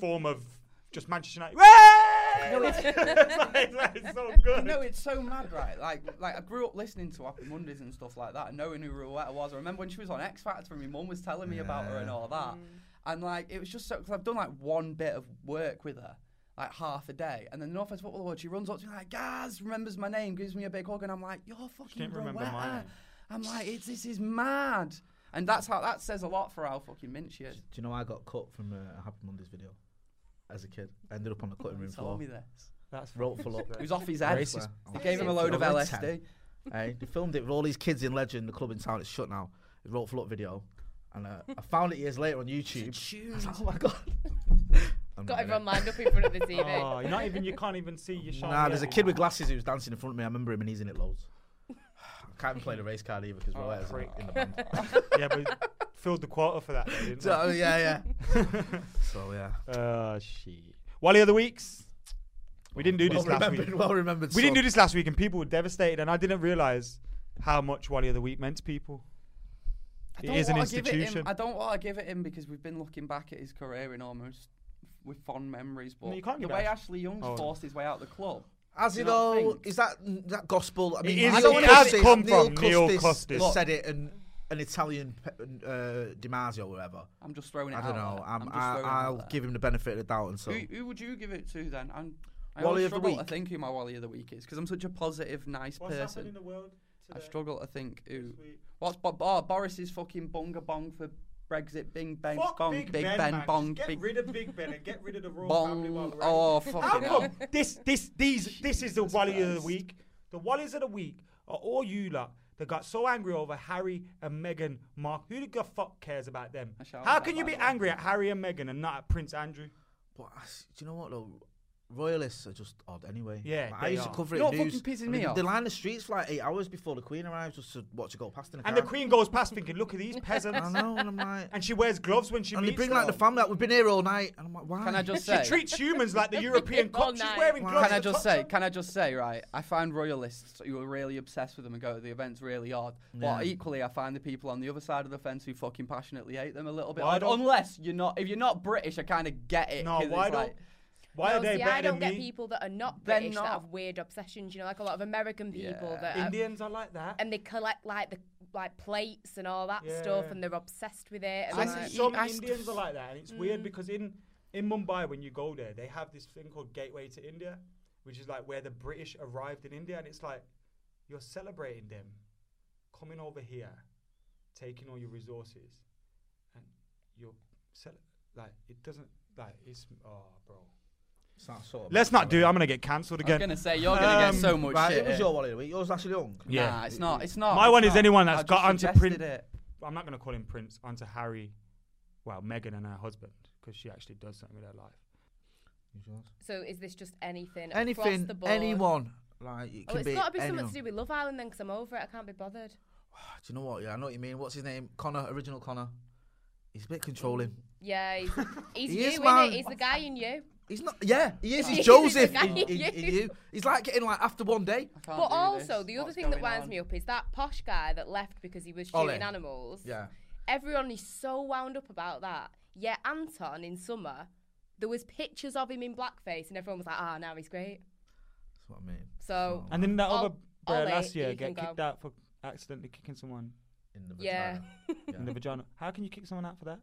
[SPEAKER 4] form of just Manchester United. Way!
[SPEAKER 2] No, it's-
[SPEAKER 4] it's, like, it's like- it's so good.
[SPEAKER 2] No, it's so mad, right? Like, like I grew up listening to Happy Mondays and stuff like that, and knowing who Rowetta was. I remember when she was on X Factor, and my mum was telling me about her and all that. And like, it was just so because I've done like one bit of work with her, like half a day, and then the Northwest Football Award, she runs up to me like, "Gaz," remembers my name, gives me a big hug, and I'm like, "You're fucking
[SPEAKER 4] didn't remember my
[SPEAKER 2] Rowetta."
[SPEAKER 4] name.
[SPEAKER 2] I'm like, it's, "This is mad," and that's how that says a lot for how fucking mint she is.
[SPEAKER 3] Do you know I got cut from uh, a Happy Mondays video as a kid? Ended up on the cutting room
[SPEAKER 2] Tell
[SPEAKER 3] floor.
[SPEAKER 2] me this.
[SPEAKER 4] That's
[SPEAKER 3] Wrote for luck.
[SPEAKER 2] It was off his head.
[SPEAKER 3] Racist.
[SPEAKER 4] Oh,
[SPEAKER 2] They gave him a
[SPEAKER 3] I
[SPEAKER 2] load of
[SPEAKER 3] was
[SPEAKER 2] LSD.
[SPEAKER 3] ten. Hey, they filmed it with all these kids in Legend, the club in town. It's shut now. It wrote for luck video, and uh, I found it years later on YouTube. I was like, oh my god! I'm
[SPEAKER 5] Got
[SPEAKER 3] not
[SPEAKER 5] everyone
[SPEAKER 3] gonna-
[SPEAKER 5] lined up in front of the
[SPEAKER 4] Oh,
[SPEAKER 5] TV.
[SPEAKER 4] you're not even. You can't even see your shot.
[SPEAKER 3] Nah, there's a kid with glasses who was dancing in front of me. I remember him, and he's in it loads. I can't even play the race card either because
[SPEAKER 4] Oh,
[SPEAKER 3] Rowetta's
[SPEAKER 4] prick.
[SPEAKER 3] in the band.
[SPEAKER 4] yeah, but filled the quota for that. Though, didn't
[SPEAKER 3] so,
[SPEAKER 4] they?
[SPEAKER 3] yeah, yeah. so yeah.
[SPEAKER 4] Oh shit. Wally of the weeks. We didn't do this
[SPEAKER 3] well
[SPEAKER 4] last week.
[SPEAKER 3] remembered. Well remembered.
[SPEAKER 4] We didn't do this last week, and people were devastated, and I didn't realize how much Wally of the Week meant to people.
[SPEAKER 2] I
[SPEAKER 4] It
[SPEAKER 2] don't
[SPEAKER 4] is an
[SPEAKER 2] wanna give it him-
[SPEAKER 4] institution.
[SPEAKER 2] I don't want to give it him because we've been looking back at his career in almost with fond memories. But
[SPEAKER 4] No, you can't
[SPEAKER 2] the
[SPEAKER 4] give it
[SPEAKER 2] way
[SPEAKER 4] Ash-
[SPEAKER 2] Ashley Young
[SPEAKER 4] Oh.
[SPEAKER 2] forced his way out of the club.
[SPEAKER 6] As
[SPEAKER 2] you
[SPEAKER 6] you
[SPEAKER 2] not
[SPEAKER 6] know,
[SPEAKER 2] think?
[SPEAKER 6] is that that gospel? I mean,
[SPEAKER 4] is-
[SPEAKER 6] Neil
[SPEAKER 4] it has
[SPEAKER 6] Custis-
[SPEAKER 4] come
[SPEAKER 6] Neil
[SPEAKER 4] from Neil
[SPEAKER 6] Custis
[SPEAKER 4] Custis.
[SPEAKER 6] has said it, and an Italian pe- uh, DiMaggio or whatever.
[SPEAKER 2] I'm just throwing it
[SPEAKER 6] I
[SPEAKER 2] out.
[SPEAKER 4] Oh,
[SPEAKER 6] don't know.
[SPEAKER 2] there.
[SPEAKER 6] I'm,
[SPEAKER 2] just
[SPEAKER 6] I,
[SPEAKER 2] throwing it out
[SPEAKER 6] I'll
[SPEAKER 2] there.
[SPEAKER 6] give him the benefit of the doubt and so.
[SPEAKER 2] Who, who would you give it to then? I'm, I
[SPEAKER 6] Wally
[SPEAKER 2] always
[SPEAKER 6] of the
[SPEAKER 2] struggle to
[SPEAKER 6] week.
[SPEAKER 2] think who my Wally of the week is because I'm such a positive, nice
[SPEAKER 4] What's happened in
[SPEAKER 2] person.
[SPEAKER 4] the world
[SPEAKER 2] I
[SPEAKER 4] today?
[SPEAKER 2] struggle to think who.
[SPEAKER 4] this week?
[SPEAKER 2] What's Bo- Bo- Boris's fucking bunga bong for Brexit? Bing bang
[SPEAKER 4] Fuck
[SPEAKER 2] bong,
[SPEAKER 4] Big,
[SPEAKER 2] big
[SPEAKER 4] Ben, man.
[SPEAKER 2] bang
[SPEAKER 4] Just
[SPEAKER 2] bong,
[SPEAKER 4] get
[SPEAKER 2] big
[SPEAKER 4] rid of Big Ben and get rid of the royal family. while
[SPEAKER 2] bong.
[SPEAKER 4] we're at it.
[SPEAKER 2] Oh
[SPEAKER 4] How
[SPEAKER 2] fucking hell.
[SPEAKER 4] come this this these this is the
[SPEAKER 2] Jesus
[SPEAKER 4] Wally of the
[SPEAKER 2] Christ.
[SPEAKER 4] week? The Wallies of the week are all you lot that got so angry over Harry and Meghan Mark. Who the fuck cares about them?
[SPEAKER 2] I shall
[SPEAKER 4] How
[SPEAKER 2] have
[SPEAKER 4] can
[SPEAKER 2] that,
[SPEAKER 4] you
[SPEAKER 2] by
[SPEAKER 4] be
[SPEAKER 2] the way.
[SPEAKER 4] angry at Harry and Meghan and not at Prince Andrew?
[SPEAKER 6] But I s- do you know what though? Royalists are just odd anyway.
[SPEAKER 4] Yeah,
[SPEAKER 6] Like, I
[SPEAKER 4] they
[SPEAKER 6] used
[SPEAKER 4] are.
[SPEAKER 6] to cover
[SPEAKER 2] You know
[SPEAKER 6] it
[SPEAKER 2] what
[SPEAKER 6] news.
[SPEAKER 2] fucking pisses
[SPEAKER 6] I
[SPEAKER 2] me
[SPEAKER 6] mean,
[SPEAKER 2] off?
[SPEAKER 6] They line the streets for like eight hours before the Queen arrives just to watch her go past in a
[SPEAKER 4] And
[SPEAKER 6] car.
[SPEAKER 4] the Queen goes past thinking, look at these
[SPEAKER 6] I
[SPEAKER 4] peasants.
[SPEAKER 6] know, and I'm like,
[SPEAKER 4] and she wears gloves when she
[SPEAKER 6] and they
[SPEAKER 4] meets
[SPEAKER 6] bring like the
[SPEAKER 4] them.
[SPEAKER 6] family. Like, We've been here all night, and I'm like, why?
[SPEAKER 2] Can I just
[SPEAKER 4] She
[SPEAKER 2] say?
[SPEAKER 4] treats humans like the European
[SPEAKER 5] All
[SPEAKER 4] cops. She's
[SPEAKER 5] night.
[SPEAKER 4] wearing gloves.
[SPEAKER 2] Can I
[SPEAKER 4] to
[SPEAKER 2] just
[SPEAKER 4] touch
[SPEAKER 2] say?
[SPEAKER 4] them.
[SPEAKER 2] Can I just say? Right, I find royalists who are really obsessed with them and go to the events really odd. But equally, I find the people on the other side of the fence who fucking passionately hate them a little bit.
[SPEAKER 4] Why
[SPEAKER 2] odd.
[SPEAKER 4] don't-
[SPEAKER 2] Unless you're not, if you're not British, I kind of get it.
[SPEAKER 4] No,
[SPEAKER 2] 'cause
[SPEAKER 4] why
[SPEAKER 2] it's
[SPEAKER 4] don't-
[SPEAKER 2] like-
[SPEAKER 4] Why
[SPEAKER 5] no,
[SPEAKER 4] are they
[SPEAKER 5] see,
[SPEAKER 4] better
[SPEAKER 5] I don't
[SPEAKER 4] than
[SPEAKER 5] get
[SPEAKER 4] me?
[SPEAKER 5] people that are not
[SPEAKER 2] They're
[SPEAKER 5] British
[SPEAKER 2] not.
[SPEAKER 5] that have weird obsessions. You know, like a lot of American people
[SPEAKER 2] Yeah.
[SPEAKER 5] that are,
[SPEAKER 4] Indians are like that.
[SPEAKER 5] uh, and they collect like the like plates and all that
[SPEAKER 4] Yeah.
[SPEAKER 5] stuff, and they're obsessed with it. And
[SPEAKER 2] I
[SPEAKER 5] like, Mm.
[SPEAKER 2] see.
[SPEAKER 4] some
[SPEAKER 2] I st-
[SPEAKER 4] Indians are like that, and it's weird because in in Mumbai, when you go there, they have this thing called Gateway to India, which is like where the British arrived in India, and it's like you're celebrating them coming over here, taking all your resources, and you're cel- like it doesn't like it's oh bro.
[SPEAKER 6] It's that sort of-
[SPEAKER 4] Let's not do. I'm gonna get cancelled
[SPEAKER 2] I was
[SPEAKER 4] again.
[SPEAKER 2] gonna say you're gonna
[SPEAKER 4] Um,
[SPEAKER 2] get so much
[SPEAKER 6] Right,
[SPEAKER 2] shit.
[SPEAKER 6] it was
[SPEAKER 2] here.
[SPEAKER 6] your wallet of the week. Yours, Ashley Young.
[SPEAKER 4] Yeah.
[SPEAKER 2] Nah, it's not. It's not.
[SPEAKER 4] My
[SPEAKER 2] it's
[SPEAKER 4] one is
[SPEAKER 2] not.
[SPEAKER 4] anyone
[SPEAKER 2] I
[SPEAKER 4] that's
[SPEAKER 2] just
[SPEAKER 4] got onto
[SPEAKER 2] suggested
[SPEAKER 4] print-
[SPEAKER 2] It.
[SPEAKER 4] I'm not going to call him Prince onto Harry, well, Meghan and her husband, because she actually does something with her life.
[SPEAKER 5] so, is this just anything? across
[SPEAKER 3] Anything,
[SPEAKER 5] the board?
[SPEAKER 3] anyone. Like, it
[SPEAKER 5] Oh,
[SPEAKER 3] can
[SPEAKER 5] it's
[SPEAKER 3] be
[SPEAKER 5] got to be
[SPEAKER 3] anyone.
[SPEAKER 5] something to do with Love Island then, because I'm over it. I can't be bothered.
[SPEAKER 3] Do you know what? Yeah, I know what you mean. What's his name? Connor, original Connor. He's a bit controlling.
[SPEAKER 5] Yeah, he's, he's
[SPEAKER 3] He
[SPEAKER 5] you,
[SPEAKER 3] is,
[SPEAKER 5] is
[SPEAKER 3] man.
[SPEAKER 5] He's the guy in you.
[SPEAKER 3] He's not. Yeah, he is. He's
[SPEAKER 5] He's
[SPEAKER 3] Joseph.
[SPEAKER 5] the guy
[SPEAKER 3] in- in-
[SPEAKER 5] you-
[SPEAKER 3] in you. He's like getting like after one day.
[SPEAKER 2] I can't
[SPEAKER 5] but
[SPEAKER 2] do
[SPEAKER 5] also,
[SPEAKER 2] this.
[SPEAKER 5] the other
[SPEAKER 2] What's
[SPEAKER 5] thing that
[SPEAKER 2] going
[SPEAKER 5] winds
[SPEAKER 2] on?
[SPEAKER 5] me up is that posh guy that left because he was shooting
[SPEAKER 3] Ollie.
[SPEAKER 5] animals.
[SPEAKER 3] Yeah.
[SPEAKER 5] Everyone is so wound up about that. Yet Anton in summer, there was pictures of him in blackface, and everyone was like, "Ah, now he's great."
[SPEAKER 3] That's what I mean.
[SPEAKER 5] So
[SPEAKER 4] And then that
[SPEAKER 5] I'll-
[SPEAKER 4] other bro
[SPEAKER 5] I'll
[SPEAKER 4] last
[SPEAKER 5] let
[SPEAKER 4] year
[SPEAKER 5] you
[SPEAKER 4] get
[SPEAKER 5] can
[SPEAKER 4] kicked
[SPEAKER 5] go.
[SPEAKER 4] out for accidentally kicking someone
[SPEAKER 6] In the
[SPEAKER 5] yeah,
[SPEAKER 6] vagina.
[SPEAKER 4] in the vagina. How can you kick someone out for that?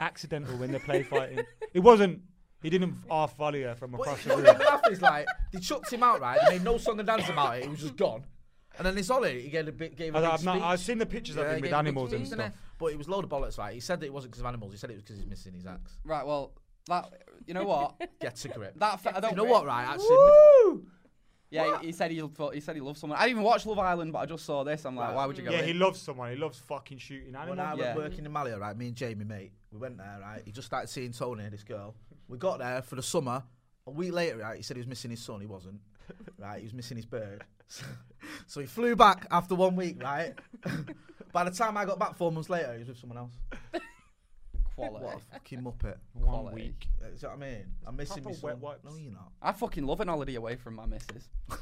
[SPEAKER 4] Accidental when they're play fighting. It wasn't. He didn't half volley her from
[SPEAKER 3] But
[SPEAKER 4] across
[SPEAKER 3] you
[SPEAKER 4] the
[SPEAKER 3] know
[SPEAKER 4] room.
[SPEAKER 3] what laugh is like? They chucked him out, right? They made no song and dance about it. He was just gone. And then it's Ollie. He gave a bit. Gave a
[SPEAKER 4] I-
[SPEAKER 3] big
[SPEAKER 4] I've, not,
[SPEAKER 3] speech.
[SPEAKER 4] I've seen the pictures of
[SPEAKER 3] Yeah, he
[SPEAKER 4] him with
[SPEAKER 3] gave a big
[SPEAKER 4] animals and
[SPEAKER 3] speech,
[SPEAKER 4] stuff.
[SPEAKER 3] didn't he? But it was a load of bollocks, right? He said that it wasn't because of animals. He said it was because he's missing his axe.
[SPEAKER 2] Right. Well, that you know what?
[SPEAKER 3] Get a grip.
[SPEAKER 2] That fa- I don't
[SPEAKER 3] you know what, right? Actually,
[SPEAKER 2] Yeah, he said he loved- he said he loved someone. I didn't even watch Love Island, but I just saw this. I'm like, why would you go?
[SPEAKER 4] Yeah,
[SPEAKER 2] in?
[SPEAKER 4] he loves someone. He loves fucking shooting
[SPEAKER 6] When I
[SPEAKER 4] animals.
[SPEAKER 6] was
[SPEAKER 2] Yeah.
[SPEAKER 6] working,
[SPEAKER 3] working in Malia, right? Me and Jamie, mate, we went there, right? He just started seeing Tony, this girl. We got there for the summer. A week later, right? He said he was missing his son. He wasn't, right? He was missing his bird. So, so he flew back after one week, right? By the time I got back four months later, he was with someone else.
[SPEAKER 2] quality.
[SPEAKER 3] What a fucking muppet.
[SPEAKER 4] One
[SPEAKER 2] Quality.
[SPEAKER 4] week.
[SPEAKER 3] Uh, Do you know what I mean? I'm missing
[SPEAKER 4] proper
[SPEAKER 3] my son.
[SPEAKER 4] wet wipes.
[SPEAKER 3] No, you're not.
[SPEAKER 2] I fucking love an holiday away from my missus.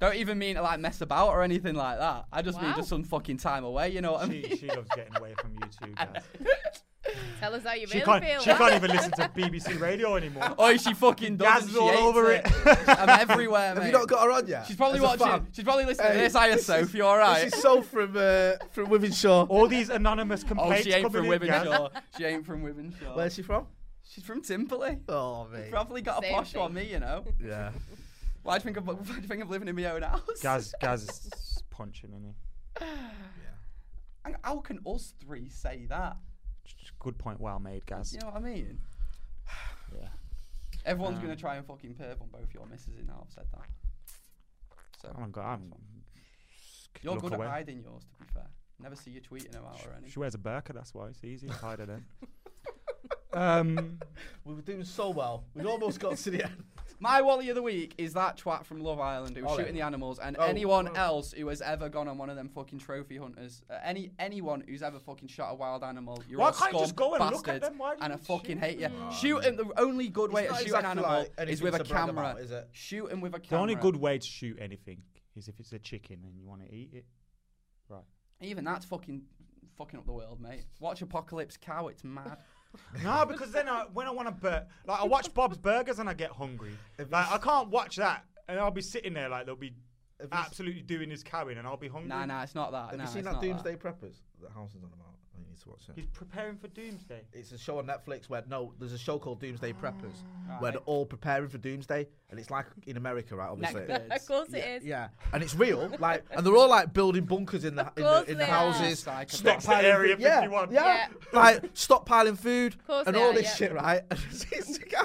[SPEAKER 2] Don't even mean to like mess about or anything like that. I just mean
[SPEAKER 5] Wow.
[SPEAKER 2] just some fucking time away. You know what I mean?
[SPEAKER 4] She, she loves getting away from you too, guys.
[SPEAKER 5] tell us how you
[SPEAKER 4] She
[SPEAKER 5] really
[SPEAKER 4] can't,
[SPEAKER 5] feel.
[SPEAKER 4] she can't even listen to BBC Radio anymore.
[SPEAKER 2] Oh, she fucking does.
[SPEAKER 4] Gaz
[SPEAKER 2] and
[SPEAKER 4] is
[SPEAKER 2] she
[SPEAKER 4] all
[SPEAKER 2] hates
[SPEAKER 4] over
[SPEAKER 2] it.
[SPEAKER 4] it.
[SPEAKER 2] I'm everywhere, mate.
[SPEAKER 3] Have you not got her on yet?
[SPEAKER 2] She's probably
[SPEAKER 3] As a
[SPEAKER 2] watching.
[SPEAKER 3] fan?
[SPEAKER 2] She's probably listening to
[SPEAKER 3] Hey,
[SPEAKER 2] this. I am
[SPEAKER 3] this
[SPEAKER 2] Soph.
[SPEAKER 3] is-
[SPEAKER 2] You're all right.
[SPEAKER 3] This is so from uh, from Wivenshaw.
[SPEAKER 4] All these anonymous
[SPEAKER 2] Oh,
[SPEAKER 4] complaints
[SPEAKER 2] she ain't
[SPEAKER 4] coming
[SPEAKER 2] from
[SPEAKER 4] in, guys.
[SPEAKER 2] Wivenshaw. she ain't from Wivenshaw.
[SPEAKER 3] Where's she from?
[SPEAKER 2] She's from Timperley.
[SPEAKER 3] Oh, mate.
[SPEAKER 2] Probably got a
[SPEAKER 5] Same
[SPEAKER 2] posh on
[SPEAKER 5] thing.
[SPEAKER 2] me, you know.
[SPEAKER 3] Yeah.
[SPEAKER 2] Why do you think I'm, why do you think I'm living in my own house?
[SPEAKER 4] Gaz, Gaz is punching, isn't he?
[SPEAKER 2] And How can us three say that?
[SPEAKER 4] Good point, well made, Gaz.
[SPEAKER 2] You know what I mean?
[SPEAKER 4] Yeah.
[SPEAKER 2] Everyone's gonna
[SPEAKER 4] Um,
[SPEAKER 2] try and fucking perv on both your misses now. I've said that. So
[SPEAKER 4] Oh my god, I'm.
[SPEAKER 2] you're
[SPEAKER 4] look
[SPEAKER 2] good
[SPEAKER 4] away.
[SPEAKER 2] at hiding yours, to be fair. Never see you tweeting them out or
[SPEAKER 4] She
[SPEAKER 2] anything.
[SPEAKER 4] wears a burqa, that's why it's easy to hide her then. um,
[SPEAKER 3] We were doing so well. We almost got to the end.
[SPEAKER 2] My Wally of the week is that twat from Love Island who was
[SPEAKER 3] Ollie.
[SPEAKER 2] shooting the animals, and
[SPEAKER 3] Oh,
[SPEAKER 2] anyone
[SPEAKER 3] oh.
[SPEAKER 2] else who has ever gone on one of them fucking trophy hunters, uh, any anyone who's ever fucking shot a wild animal, you're
[SPEAKER 4] Why
[SPEAKER 2] all
[SPEAKER 4] can't you just
[SPEAKER 2] scum,
[SPEAKER 4] go and look at
[SPEAKER 2] bastards,
[SPEAKER 4] them? Why do you
[SPEAKER 2] and I
[SPEAKER 4] need to
[SPEAKER 2] fucking
[SPEAKER 4] shoot
[SPEAKER 2] hate you.
[SPEAKER 4] them?
[SPEAKER 2] Shooting the only good way
[SPEAKER 3] It's
[SPEAKER 2] to
[SPEAKER 3] not
[SPEAKER 2] shoot
[SPEAKER 3] exactly
[SPEAKER 2] an animal
[SPEAKER 3] like
[SPEAKER 2] is
[SPEAKER 3] anything
[SPEAKER 2] with a
[SPEAKER 3] to brag
[SPEAKER 2] camera.
[SPEAKER 3] about, is it?
[SPEAKER 2] Shooting with a
[SPEAKER 4] the
[SPEAKER 2] camera.
[SPEAKER 4] only good way to shoot anything is if it's a chicken and you want to eat it. Right.
[SPEAKER 2] Even that's fucking fucking up the world, mate. Watch Apocalypse Cow. It's mad.
[SPEAKER 4] no, because then I, when I want to, bur- like I watch Bob's Burgers and I get hungry. Like I can't watch that, and I'll be sitting there like they'll be
[SPEAKER 3] Have you s-
[SPEAKER 4] absolutely doing his carrying, and I'll be hungry.
[SPEAKER 2] Nah, nah, it's not that.
[SPEAKER 3] Have
[SPEAKER 2] nah,
[SPEAKER 3] you seen
[SPEAKER 2] it's
[SPEAKER 3] that
[SPEAKER 2] not
[SPEAKER 3] Doomsday Preppers? That House is on about. I think you need to watch
[SPEAKER 4] He's
[SPEAKER 3] that.
[SPEAKER 4] preparing for doomsday.
[SPEAKER 3] It's a show on Netflix where no, there's a show called Doomsday Preppers where
[SPEAKER 2] Ah. Right.
[SPEAKER 3] they're all preparing for doomsday, and it's like in America, right? Obviously,
[SPEAKER 5] of course
[SPEAKER 3] yeah,
[SPEAKER 5] it is.
[SPEAKER 3] yeah, and it's real. Like, and they're all like building bunkers in the in the,
[SPEAKER 5] course
[SPEAKER 3] in
[SPEAKER 5] they
[SPEAKER 3] the
[SPEAKER 5] are.
[SPEAKER 3] houses,
[SPEAKER 2] Psychopaths.
[SPEAKER 4] Next to Area
[SPEAKER 3] yeah,
[SPEAKER 4] 51.
[SPEAKER 3] yeah,
[SPEAKER 5] Yeah.
[SPEAKER 3] like stockpiling food
[SPEAKER 5] course
[SPEAKER 3] and
[SPEAKER 5] they
[SPEAKER 3] all
[SPEAKER 5] are,
[SPEAKER 3] this
[SPEAKER 5] yeah.
[SPEAKER 3] shit, right? And there's, a guy,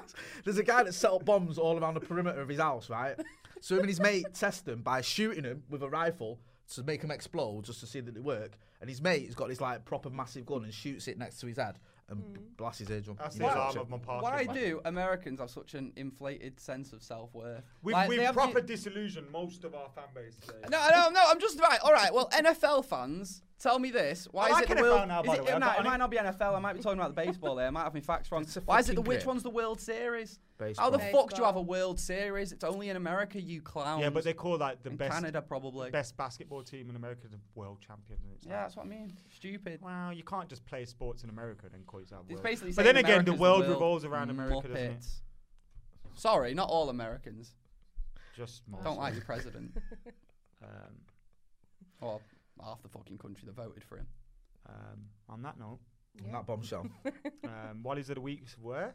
[SPEAKER 3] there's a guy that set up bombs all around the perimeter of his house, right? So him and his mate test them by shooting him with a rifle to make them explode, just to see that they work. And his mate has got this like proper massive gun and shoots it next to his head and
[SPEAKER 5] Hmm.
[SPEAKER 3] b- blasts his eardrum.
[SPEAKER 4] That's
[SPEAKER 3] You
[SPEAKER 4] the
[SPEAKER 3] need to
[SPEAKER 4] alarm
[SPEAKER 3] watch it.
[SPEAKER 4] of my parking.
[SPEAKER 2] Why do Americans have such an inflated sense of self worth?
[SPEAKER 4] We've, we've proper disillusioned most of our fan base today.
[SPEAKER 2] No, I don't know. I'm just right. All right. Well, NFL fans, tell me this. Why
[SPEAKER 4] I
[SPEAKER 2] is
[SPEAKER 4] like
[SPEAKER 2] it the
[SPEAKER 4] NFL
[SPEAKER 2] world?
[SPEAKER 4] now,
[SPEAKER 2] is
[SPEAKER 4] by
[SPEAKER 2] it,
[SPEAKER 4] the way.
[SPEAKER 2] no,
[SPEAKER 4] I've got
[SPEAKER 2] it
[SPEAKER 4] an-
[SPEAKER 2] might not be NFL. I might be talking about the baseball there. I might have my facts wrong.
[SPEAKER 3] It's a
[SPEAKER 2] Why is it the
[SPEAKER 3] fucking
[SPEAKER 2] which
[SPEAKER 3] grip.
[SPEAKER 2] one's the World Series? How the
[SPEAKER 5] Baseball.
[SPEAKER 2] fuck do you have a World Series? It's only in America, you clowns.
[SPEAKER 4] Yeah, but they call like the
[SPEAKER 2] in
[SPEAKER 4] best
[SPEAKER 2] Canada probably.
[SPEAKER 4] best basketball team in America the world champions. And it's
[SPEAKER 2] Yeah,
[SPEAKER 4] like,
[SPEAKER 2] that's what I mean. Stupid.
[SPEAKER 4] well, you can't just play sports in America and then call yourself
[SPEAKER 2] It's
[SPEAKER 4] world.
[SPEAKER 2] basically.
[SPEAKER 4] but
[SPEAKER 2] saying
[SPEAKER 4] then again, the
[SPEAKER 2] America's
[SPEAKER 4] world, revolves around America,
[SPEAKER 2] Muppets.
[SPEAKER 4] doesn't it?
[SPEAKER 2] Sorry, not all Americans.
[SPEAKER 4] Just
[SPEAKER 2] Don't
[SPEAKER 4] mostly.
[SPEAKER 2] like your president
[SPEAKER 4] Um,
[SPEAKER 2] or half the fucking country that voted for him.
[SPEAKER 4] um, on that note,
[SPEAKER 3] That bombshell.
[SPEAKER 4] um, Wally's of the weeks were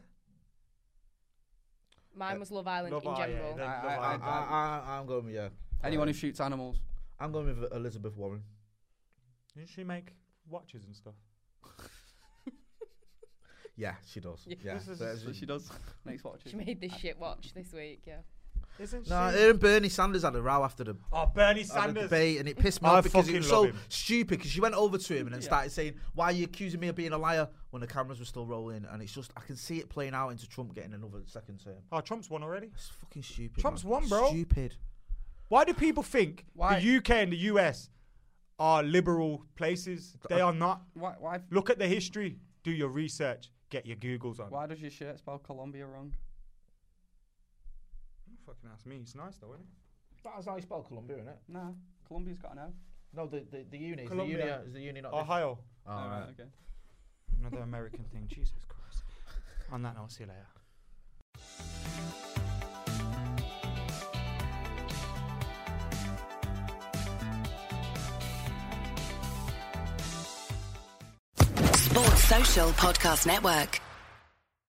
[SPEAKER 5] Mine was Love Island
[SPEAKER 4] Love
[SPEAKER 5] in
[SPEAKER 4] Island,
[SPEAKER 5] general.
[SPEAKER 4] yeah,
[SPEAKER 2] I-
[SPEAKER 4] Love
[SPEAKER 2] I-
[SPEAKER 3] I,
[SPEAKER 4] Island.
[SPEAKER 3] I, I, I'm going with yeah.
[SPEAKER 2] Anyone who shoots animals.
[SPEAKER 3] I'm going with Elizabeth Warren.
[SPEAKER 4] Didn't she make watches and stuff?
[SPEAKER 3] Yeah, she does.
[SPEAKER 5] Yeah.
[SPEAKER 3] Yeah,
[SPEAKER 4] This is-
[SPEAKER 3] So
[SPEAKER 2] So she does. Makes watches.
[SPEAKER 5] She made this shit watch this week, yeah.
[SPEAKER 4] Isn't
[SPEAKER 3] No,
[SPEAKER 4] she?
[SPEAKER 3] her and Bernie Sanders had a row after the,
[SPEAKER 4] oh, Bernie
[SPEAKER 3] had a
[SPEAKER 4] Sanders.
[SPEAKER 3] debate, and it pissed me
[SPEAKER 4] I
[SPEAKER 3] off because
[SPEAKER 4] fucking
[SPEAKER 3] it was
[SPEAKER 4] love
[SPEAKER 3] so
[SPEAKER 4] him.
[SPEAKER 3] stupid. Because she went over to him and then
[SPEAKER 2] Yeah.
[SPEAKER 3] started saying, "Why are you accusing me of being a liar?" when the cameras were still rolling, and it's just I can see it playing out into Trump getting another second term.
[SPEAKER 4] Oh, Trump's won already.
[SPEAKER 3] It's fucking stupid.
[SPEAKER 4] Trump's
[SPEAKER 3] man.
[SPEAKER 4] won, bro.
[SPEAKER 3] Stupid.
[SPEAKER 4] Why do people think
[SPEAKER 2] Why-
[SPEAKER 4] the UK and the US are liberal places? They are not.
[SPEAKER 2] Why? Why?
[SPEAKER 4] Look at the history. Do your research. Get your Googles on.
[SPEAKER 2] Why does your shirt spell Colombia wrong?
[SPEAKER 4] Don't Fucking ask me. It's nice though, isn't it?
[SPEAKER 3] That's how you spell Columbia, isn't it?
[SPEAKER 2] Nah, Colombia's got an O.
[SPEAKER 3] No, the the, the uni.
[SPEAKER 4] Columbia.
[SPEAKER 3] Is the uni, is the uni not? different?
[SPEAKER 4] Ohio.
[SPEAKER 3] Oh, right.
[SPEAKER 2] okay.
[SPEAKER 4] Another American thing. Jesus Christ. On that note, see you later.
[SPEAKER 1] Sports Social Podcast Network.